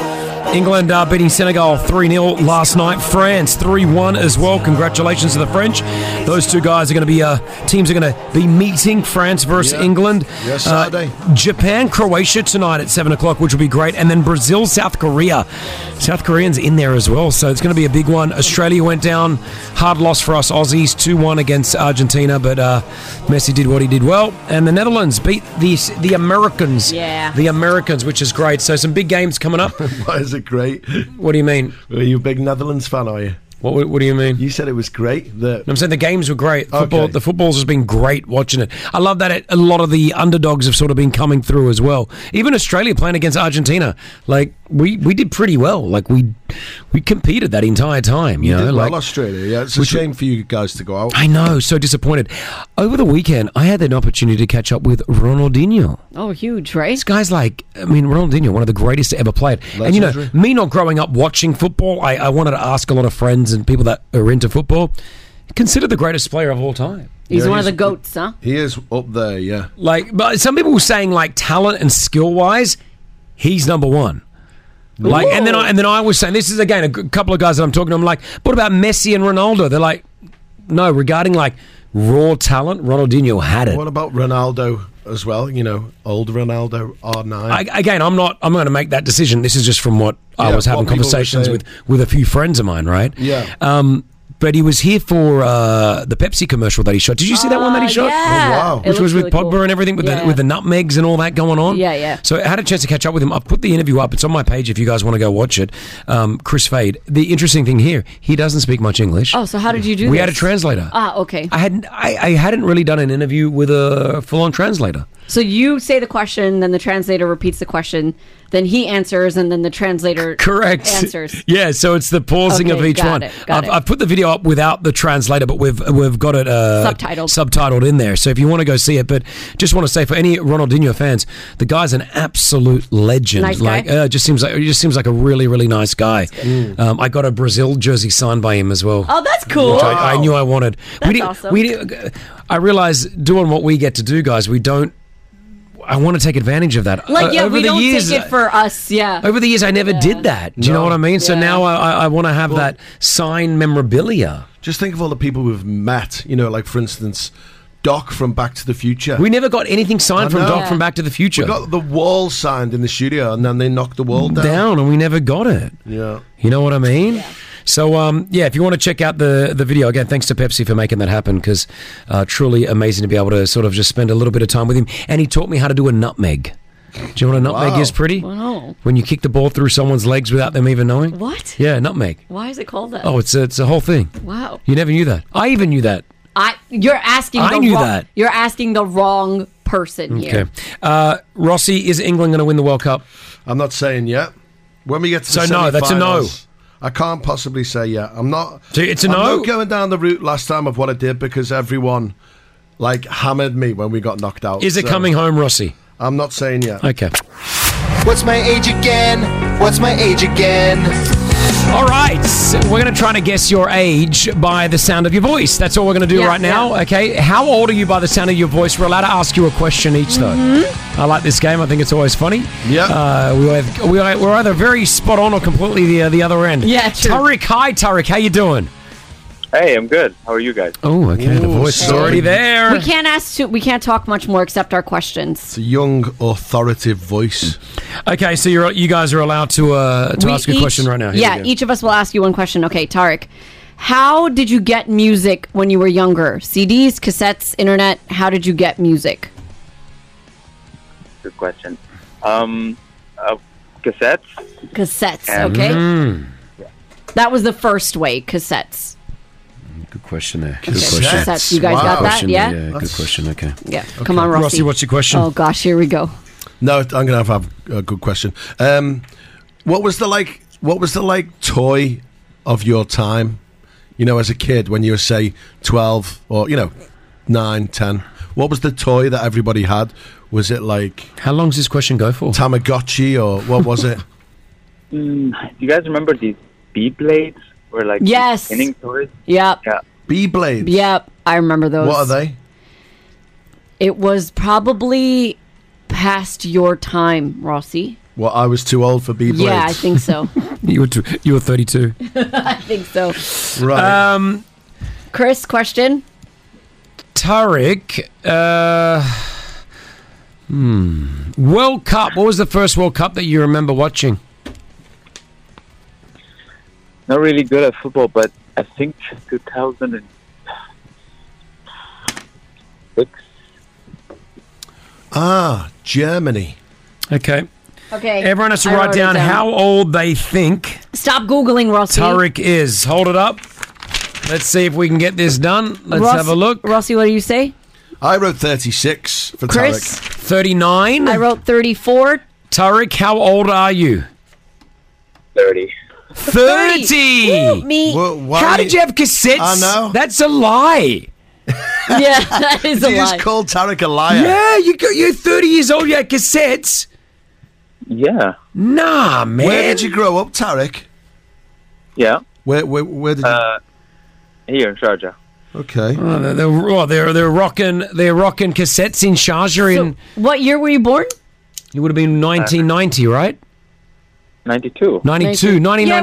[SPEAKER 8] England uh, beating Senegal 3 0 last night. France 3 1 as well. Congratulations to the French. Those two guys are going to be, uh, teams are going to be meeting France versus
[SPEAKER 6] Yeah.
[SPEAKER 8] England.
[SPEAKER 6] Yeah,
[SPEAKER 8] Uh,
[SPEAKER 6] Saturday.
[SPEAKER 8] Japan, Croatia tonight at 7 o'clock, which will be great. And then Brazil, South Korea. South Koreans in there as well. So it's going to be a big one. Australia went down. Hard loss for us Aussies 2 1 against Argentina. But uh, Messi did what he did well. And the Netherlands beat the, the Americans.
[SPEAKER 9] Yeah.
[SPEAKER 8] The Americans, which is great. So some big games coming up.
[SPEAKER 6] Why is it great?
[SPEAKER 8] What do you mean?
[SPEAKER 6] Are you a big Netherlands fan, are you?
[SPEAKER 8] What, what, do you mean?
[SPEAKER 6] You said it was great. The
[SPEAKER 8] I'm saying the games were great. Football,
[SPEAKER 6] Okay.
[SPEAKER 8] The footballs has been great watching it. I love that it, a lot of the underdogs have sort of been coming through as well. Even Australia playing against Argentina, like we, we did pretty well. Like we we competed that entire time. You,
[SPEAKER 6] You
[SPEAKER 8] know,
[SPEAKER 6] did
[SPEAKER 8] like
[SPEAKER 6] well, Australia. Yeah, it's a
[SPEAKER 8] which-
[SPEAKER 6] shame for you guys to go out.
[SPEAKER 8] I know, so disappointed. Over the weekend, I had an opportunity to catch up with Ronaldinho.
[SPEAKER 9] Oh, huge, right? This
[SPEAKER 8] guy's like, I mean, Ronaldinho, one of the greatest to ever play it. and you know,
[SPEAKER 6] Legendary.
[SPEAKER 8] me not growing up watching football, I, I wanted to ask a lot of friends and people that are into football. Consider the greatest player of all time.
[SPEAKER 9] He's one of the goats, huh?
[SPEAKER 6] He is up there, yeah.
[SPEAKER 8] Like, but some people were saying like talent and skill wise, he's number one. Like, and then I and then I was saying this is again a g- couple of guys that I'm talking to. I'm like, what about Messi and Ronaldo? They're like, no. Regarding like raw talent, Ronaldinho had it.
[SPEAKER 6] What about Ronaldo as well? You know, old Ronaldo, R9.
[SPEAKER 8] I, again, I'm not. I'm going to make that decision. This is just from what I
[SPEAKER 6] Yeah,
[SPEAKER 8] was having
[SPEAKER 6] what people were
[SPEAKER 8] conversations
[SPEAKER 6] saying.
[SPEAKER 8] with with a few friends of mine, right?
[SPEAKER 6] Yeah.
[SPEAKER 8] Um, but he was here for uh, the Pepsi commercial that he shot. Did you see that one that he
[SPEAKER 9] Ah,
[SPEAKER 8] shot?
[SPEAKER 9] yeah. Oh, wow. It
[SPEAKER 8] Which
[SPEAKER 9] looks
[SPEAKER 8] was with
[SPEAKER 9] really
[SPEAKER 8] Pogba
[SPEAKER 9] cool.
[SPEAKER 8] and everything with
[SPEAKER 9] Yeah.
[SPEAKER 8] the with the nutmegs and all that going on.
[SPEAKER 9] Yeah, yeah.
[SPEAKER 8] So I had a chance to catch up with him. I've put the interview up. It's on my page if you guys want to go watch it. Um, Chris Fade. The interesting thing here, he doesn't speak much English.
[SPEAKER 9] Oh, so how did you do
[SPEAKER 8] we
[SPEAKER 9] this?
[SPEAKER 8] had a translator.
[SPEAKER 9] Ah, okay.
[SPEAKER 8] I hadn't I, I hadn't really done an interview with a full on translator.
[SPEAKER 9] So you say the question, then the translator repeats the question, then he answers, and then the translator
[SPEAKER 8] Correct.
[SPEAKER 9] answers.
[SPEAKER 8] Yeah, so it's the pausing
[SPEAKER 9] Okay,
[SPEAKER 8] of each
[SPEAKER 9] got
[SPEAKER 8] one.
[SPEAKER 9] it, got
[SPEAKER 8] I've,
[SPEAKER 9] it.
[SPEAKER 8] I've put the video up without the translator, but we've we've got it uh,
[SPEAKER 9] Subtitled.
[SPEAKER 8] subtitled in there. So if you want to go see it, but just want to say for any Ronaldinho fans, the guy's an absolute legend.
[SPEAKER 9] Nice guy.
[SPEAKER 8] like, Uh, just seems like he just seems like a really really nice guy. Um, I got a Brazil jersey signed by him as well.
[SPEAKER 9] Oh, that's cool.
[SPEAKER 8] Which I, I knew I wanted.
[SPEAKER 9] That's
[SPEAKER 8] we didn't,
[SPEAKER 9] awesome.
[SPEAKER 8] We didn't, I realize doing what we get to do, guys. We don't. I want to take advantage of that.
[SPEAKER 9] Like,
[SPEAKER 8] O-
[SPEAKER 9] yeah,
[SPEAKER 8] over
[SPEAKER 9] we
[SPEAKER 8] the
[SPEAKER 9] don't
[SPEAKER 8] years, uh,
[SPEAKER 9] take it for us. Yeah.
[SPEAKER 8] over the years, I never did that. Do you know what I mean? So now I, I, I want to have that signed memorabilia.
[SPEAKER 6] Just think of all the people we've met. You know, like for instance, Doc from Back to the Future.
[SPEAKER 8] We never got anything signed
[SPEAKER 6] I
[SPEAKER 8] from
[SPEAKER 6] know.
[SPEAKER 8] Doc from Back to the Future. Mm,
[SPEAKER 6] We got the wall signed in the studio, and then they knocked the wall down.
[SPEAKER 8] down, and we never got it.
[SPEAKER 6] Yeah.
[SPEAKER 8] You know what I mean? So um, yeah, if you want to check out the the video again, thanks to Pepsi for making that happen because uh, truly amazing to be able to sort of just spend a little bit of time with him. And he taught me how to do a nutmeg. Do you know what a nutmeg
[SPEAKER 9] Wow.
[SPEAKER 8] is? Pretty
[SPEAKER 9] Wow.
[SPEAKER 8] when you kick the ball through someone's legs without them even knowing.
[SPEAKER 9] What?
[SPEAKER 8] Yeah, nutmeg.
[SPEAKER 9] Why is it called that?
[SPEAKER 8] Oh, it's a, it's a whole thing.
[SPEAKER 9] wow.
[SPEAKER 8] You never knew that. I even knew that.
[SPEAKER 9] I you're asking.
[SPEAKER 8] I
[SPEAKER 9] the
[SPEAKER 8] knew
[SPEAKER 9] wrong,
[SPEAKER 8] that.
[SPEAKER 9] You're asking the wrong person
[SPEAKER 8] Okay.
[SPEAKER 9] here.
[SPEAKER 8] Uh, Rossi, is England going to win the World Cup?
[SPEAKER 6] I'm not saying yet. When we get to the
[SPEAKER 8] So no, that's a no.
[SPEAKER 6] semifinals, I can't possibly say yet. I'm not.
[SPEAKER 8] So it's a
[SPEAKER 6] I'm
[SPEAKER 8] no?
[SPEAKER 6] not going down the route last time of what I did because everyone like hammered me when we got knocked out.
[SPEAKER 8] Is it
[SPEAKER 6] so
[SPEAKER 8] coming home, Rossi?
[SPEAKER 6] I'm not saying yet.
[SPEAKER 8] Okay.
[SPEAKER 1] What's my age again? What's my age again?
[SPEAKER 8] All right, we're going to try to guess your age by the sound of your voice. That's all we're going to do
[SPEAKER 1] Yeah,
[SPEAKER 8] right now.
[SPEAKER 1] yeah.
[SPEAKER 8] Okay, how old are you by the sound of your voice? We're allowed to ask you a question each, though.
[SPEAKER 1] Mm-hmm.
[SPEAKER 8] I like this game. I think it's always funny. Yeah, uh, we have, we are, we're either very spot on or completely the uh, the other end.
[SPEAKER 1] Yeah, true.
[SPEAKER 8] Tariq, hi Tariq, how you doing?
[SPEAKER 1] Hey, I'm good. How are you guys?
[SPEAKER 8] Oh, okay, the voice is already there.
[SPEAKER 9] We can't ask. To, we can't talk much more except our questions.
[SPEAKER 6] It's a young, authoritative voice.
[SPEAKER 8] Okay, so you're you guys are allowed to uh, to
[SPEAKER 9] We
[SPEAKER 8] ask a
[SPEAKER 9] each-
[SPEAKER 8] question right now. Here
[SPEAKER 9] yeah,
[SPEAKER 8] we go.
[SPEAKER 9] each of us will ask you one question. Okay, Tarek, how did you get music when you were younger? CDs, cassettes, internet. How did you get music?
[SPEAKER 1] Good question. Um, uh,
[SPEAKER 11] cassettes.
[SPEAKER 9] Cassettes, okay?
[SPEAKER 8] Hmm.
[SPEAKER 9] That was the first way, cassettes.
[SPEAKER 4] Good question there. Good
[SPEAKER 9] Cassettes.
[SPEAKER 4] question.
[SPEAKER 9] Cassettes. You guys got
[SPEAKER 4] Good
[SPEAKER 9] that?
[SPEAKER 4] question,
[SPEAKER 9] Yeah?
[SPEAKER 4] good
[SPEAKER 9] That's-
[SPEAKER 4] question. Okay.
[SPEAKER 9] Yeah. Come on, Rossi. Oh, gosh, here we go.
[SPEAKER 6] No, I'm going to have, have a good question. Um, what was the like? What was the like toy of your time? You know, as a kid, when you were say twelve or you know nine, ten. What was the toy that everybody had? Was it like?
[SPEAKER 4] How long does this question go for?
[SPEAKER 6] Tamagotchi or what was it?
[SPEAKER 13] Mm, do you guys remember these bee blades? Or like these
[SPEAKER 9] Yes.
[SPEAKER 13] spinning toys?
[SPEAKER 9] Yep.
[SPEAKER 13] Yeah.
[SPEAKER 6] Bee blades.
[SPEAKER 9] Yep. I remember those.
[SPEAKER 13] What are they?
[SPEAKER 9] It was probably past your time, Rossi.
[SPEAKER 6] Well, I was too old for B blades.
[SPEAKER 9] Yeah, I think so.
[SPEAKER 8] You were two, you were thirty two.
[SPEAKER 9] I think so.
[SPEAKER 6] Right.
[SPEAKER 8] Um,
[SPEAKER 9] Chris, question.
[SPEAKER 8] Tariq. Uh, hmm. World Cup. What was the first World Cup that you remember watching?
[SPEAKER 13] Not really good at football, but I think 2006.
[SPEAKER 6] Ah, Germany.
[SPEAKER 8] Okay.
[SPEAKER 9] Okay.
[SPEAKER 8] Everyone has to
[SPEAKER 9] I
[SPEAKER 8] write
[SPEAKER 9] wrote it
[SPEAKER 8] down, how old they think
[SPEAKER 9] Stop Googling, Rossi.
[SPEAKER 8] Tariq is. Hold it up. Let's see if we can get this done. Let's
[SPEAKER 9] Ross-
[SPEAKER 8] have a look.
[SPEAKER 9] Rossi, what do you say?
[SPEAKER 6] I wrote thirty six for
[SPEAKER 9] Eh? Chris?
[SPEAKER 6] Tarek.
[SPEAKER 8] Thirty nine. I
[SPEAKER 9] wrote thirty four.
[SPEAKER 8] Tariq, how old are you?
[SPEAKER 13] 30.
[SPEAKER 8] 30.
[SPEAKER 9] Woo, me. Well, why-
[SPEAKER 8] How did you have cassettes?
[SPEAKER 9] I know.
[SPEAKER 8] That's a lie.
[SPEAKER 9] Yeah, that is a
[SPEAKER 6] you
[SPEAKER 9] lie.
[SPEAKER 6] just called Tarek a liar?
[SPEAKER 8] Yeah, you go, you're 30 years old, you had cassettes.
[SPEAKER 13] Yeah.
[SPEAKER 8] Nah, man.
[SPEAKER 6] Where did you grow up, Tarek?
[SPEAKER 13] Yeah.
[SPEAKER 6] Where where, where did you?
[SPEAKER 13] Uh, here in Sharjah.
[SPEAKER 6] okay.
[SPEAKER 8] Oh, they're, they're, oh, they're, they're rocking they're rocking cassettes in Sharjah. in,
[SPEAKER 9] what year were you born?
[SPEAKER 8] it would have been 1990, right?
[SPEAKER 13] 92.
[SPEAKER 8] 92,
[SPEAKER 9] Yeah, it would have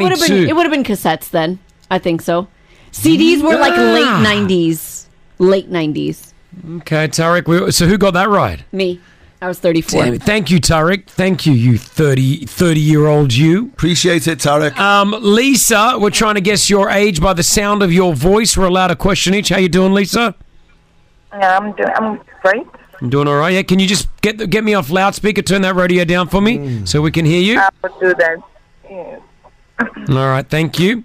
[SPEAKER 8] 1992.
[SPEAKER 9] been, it would have been cassettes then. I think so. CDs were like
[SPEAKER 8] Yeah.
[SPEAKER 9] late 90s. Late 90s.
[SPEAKER 8] okay, Tarek. We, so who got that right?
[SPEAKER 9] Me. I was 34.
[SPEAKER 8] Damn it. Thank you, Tarek. Thank you, you 30, 30 year old you.
[SPEAKER 6] Appreciate it, Tarek.
[SPEAKER 8] Um, Lisa, we're trying to guess your age by the sound of your voice. We're allowed a question each. How you doing, Lisa?
[SPEAKER 14] Yeah, I'm doing. I'm great.
[SPEAKER 8] I'm doing all right. Yeah, can you just get the, get me off loudspeaker? Turn that radio down for me so we can hear you.
[SPEAKER 14] I'll do that. Yeah.
[SPEAKER 8] All right, thank you.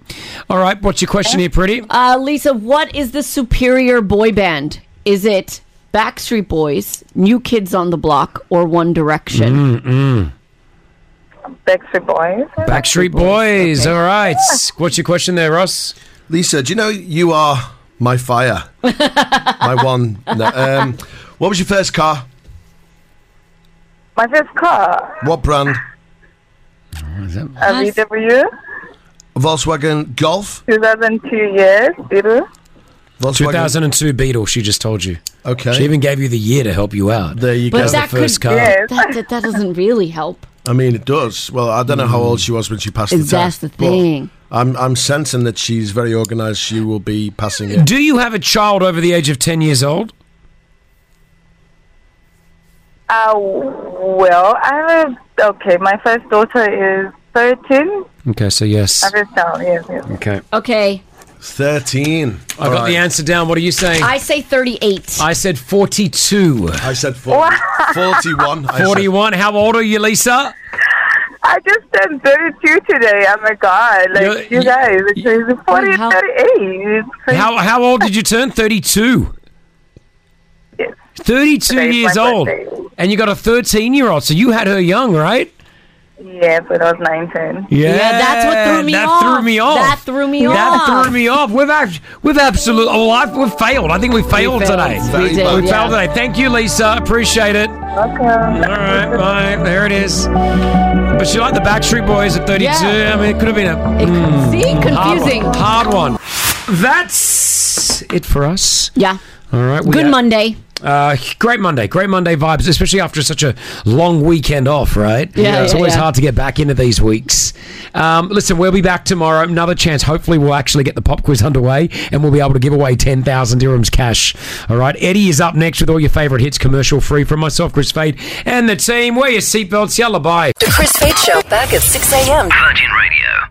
[SPEAKER 8] All right, what's your question here, pretty?
[SPEAKER 9] Uh, Lisa, what is the superior boy band? Is it Backstreet Boys, New Kids on the Block, or One Direction?
[SPEAKER 6] Mm-hmm.
[SPEAKER 8] Mm-mm.
[SPEAKER 14] Mm-hmm. Backstreet Boys.
[SPEAKER 8] Backstreet Boys. All right. What's your question there, Ross?
[SPEAKER 6] Lisa, do you know you are Ah, my fire? my one. No, um, what was your first car?
[SPEAKER 14] My first car,
[SPEAKER 6] What brand?
[SPEAKER 9] Oh,
[SPEAKER 14] a VW,
[SPEAKER 6] Volkswagen Golf.
[SPEAKER 14] 2002 years, Beetle.
[SPEAKER 8] 2002 Beetle, she just told you.
[SPEAKER 6] Okay.
[SPEAKER 8] She even gave you the year to help you out.
[SPEAKER 6] There you
[SPEAKER 8] that was the first car.
[SPEAKER 9] That, that, that doesn't really help.
[SPEAKER 6] I mean, it does. Well, I don't know how old she was when she passed
[SPEAKER 9] Is
[SPEAKER 6] the
[SPEAKER 9] that's
[SPEAKER 6] test.
[SPEAKER 9] the
[SPEAKER 6] but
[SPEAKER 9] thing.
[SPEAKER 6] I'm I'm sensing that she's very organised. She will be passing it.
[SPEAKER 8] Do you have a child over the age of 10 years old?
[SPEAKER 14] Uh, well, I have a, okay. My first daughter is 13.
[SPEAKER 8] Okay, so yes.
[SPEAKER 14] My first child, yes, yes.
[SPEAKER 8] Okay.
[SPEAKER 9] Okay.
[SPEAKER 6] Thirteen.
[SPEAKER 8] I got the answer down. What are you saying?
[SPEAKER 9] I say 38.
[SPEAKER 8] I said 42.
[SPEAKER 6] I said 40, 41. I said-
[SPEAKER 8] 41. How old are you, Lisa?
[SPEAKER 14] I just turned 32 today. Oh my god! Like
[SPEAKER 8] You're-
[SPEAKER 14] you, guys, it's crazy. 40 and 38. It's crazy.
[SPEAKER 8] How how old did you turn? 32. 32
[SPEAKER 14] Today's
[SPEAKER 8] years
[SPEAKER 14] my
[SPEAKER 8] old.
[SPEAKER 14] birthday.
[SPEAKER 8] And you got a 13 year old. So you had her young, right?
[SPEAKER 14] Yes, when I was 19.
[SPEAKER 8] Yeah, Yeah, that's what threw me that off. threw me off.
[SPEAKER 14] That threw me off.
[SPEAKER 8] That threw me off. We've act- we've absolutely oh, I've, we've failed. I think we
[SPEAKER 14] failed.
[SPEAKER 8] failed, today.
[SPEAKER 14] We did,
[SPEAKER 8] We
[SPEAKER 14] yeah.
[SPEAKER 8] failed today. Thank you, Lisa. Appreciate it.
[SPEAKER 14] Welcome.
[SPEAKER 8] All right, bye. There it is. But she liked the Backstreet Boys at 32. I
[SPEAKER 9] Yeah.
[SPEAKER 8] mean, it could have been a mm,
[SPEAKER 9] see? Confusing.
[SPEAKER 8] hard one. Hard one. That's it for us.
[SPEAKER 9] Yeah.
[SPEAKER 8] All right. we
[SPEAKER 9] Good
[SPEAKER 8] are-
[SPEAKER 9] Monday.
[SPEAKER 8] Uh, great Monday, great Monday vibes, especially after such a long weekend off, right?
[SPEAKER 9] Yeah, yeah,
[SPEAKER 8] it's always
[SPEAKER 9] yeah.
[SPEAKER 8] hard to get back into these weeks. Um, listen, we'll be back tomorrow. Another chance. Hopefully, we'll actually get the pop quiz underway, and we'll be able to give away ten thousand dirhams cash. All right, Eddie is up next with all your favorite hits, commercial free, from myself, Chris Fade, and the team. Wear your seatbelts. Yalla, bye.
[SPEAKER 15] The Chris Fade Show back at 6 a.m. Virgin Radio.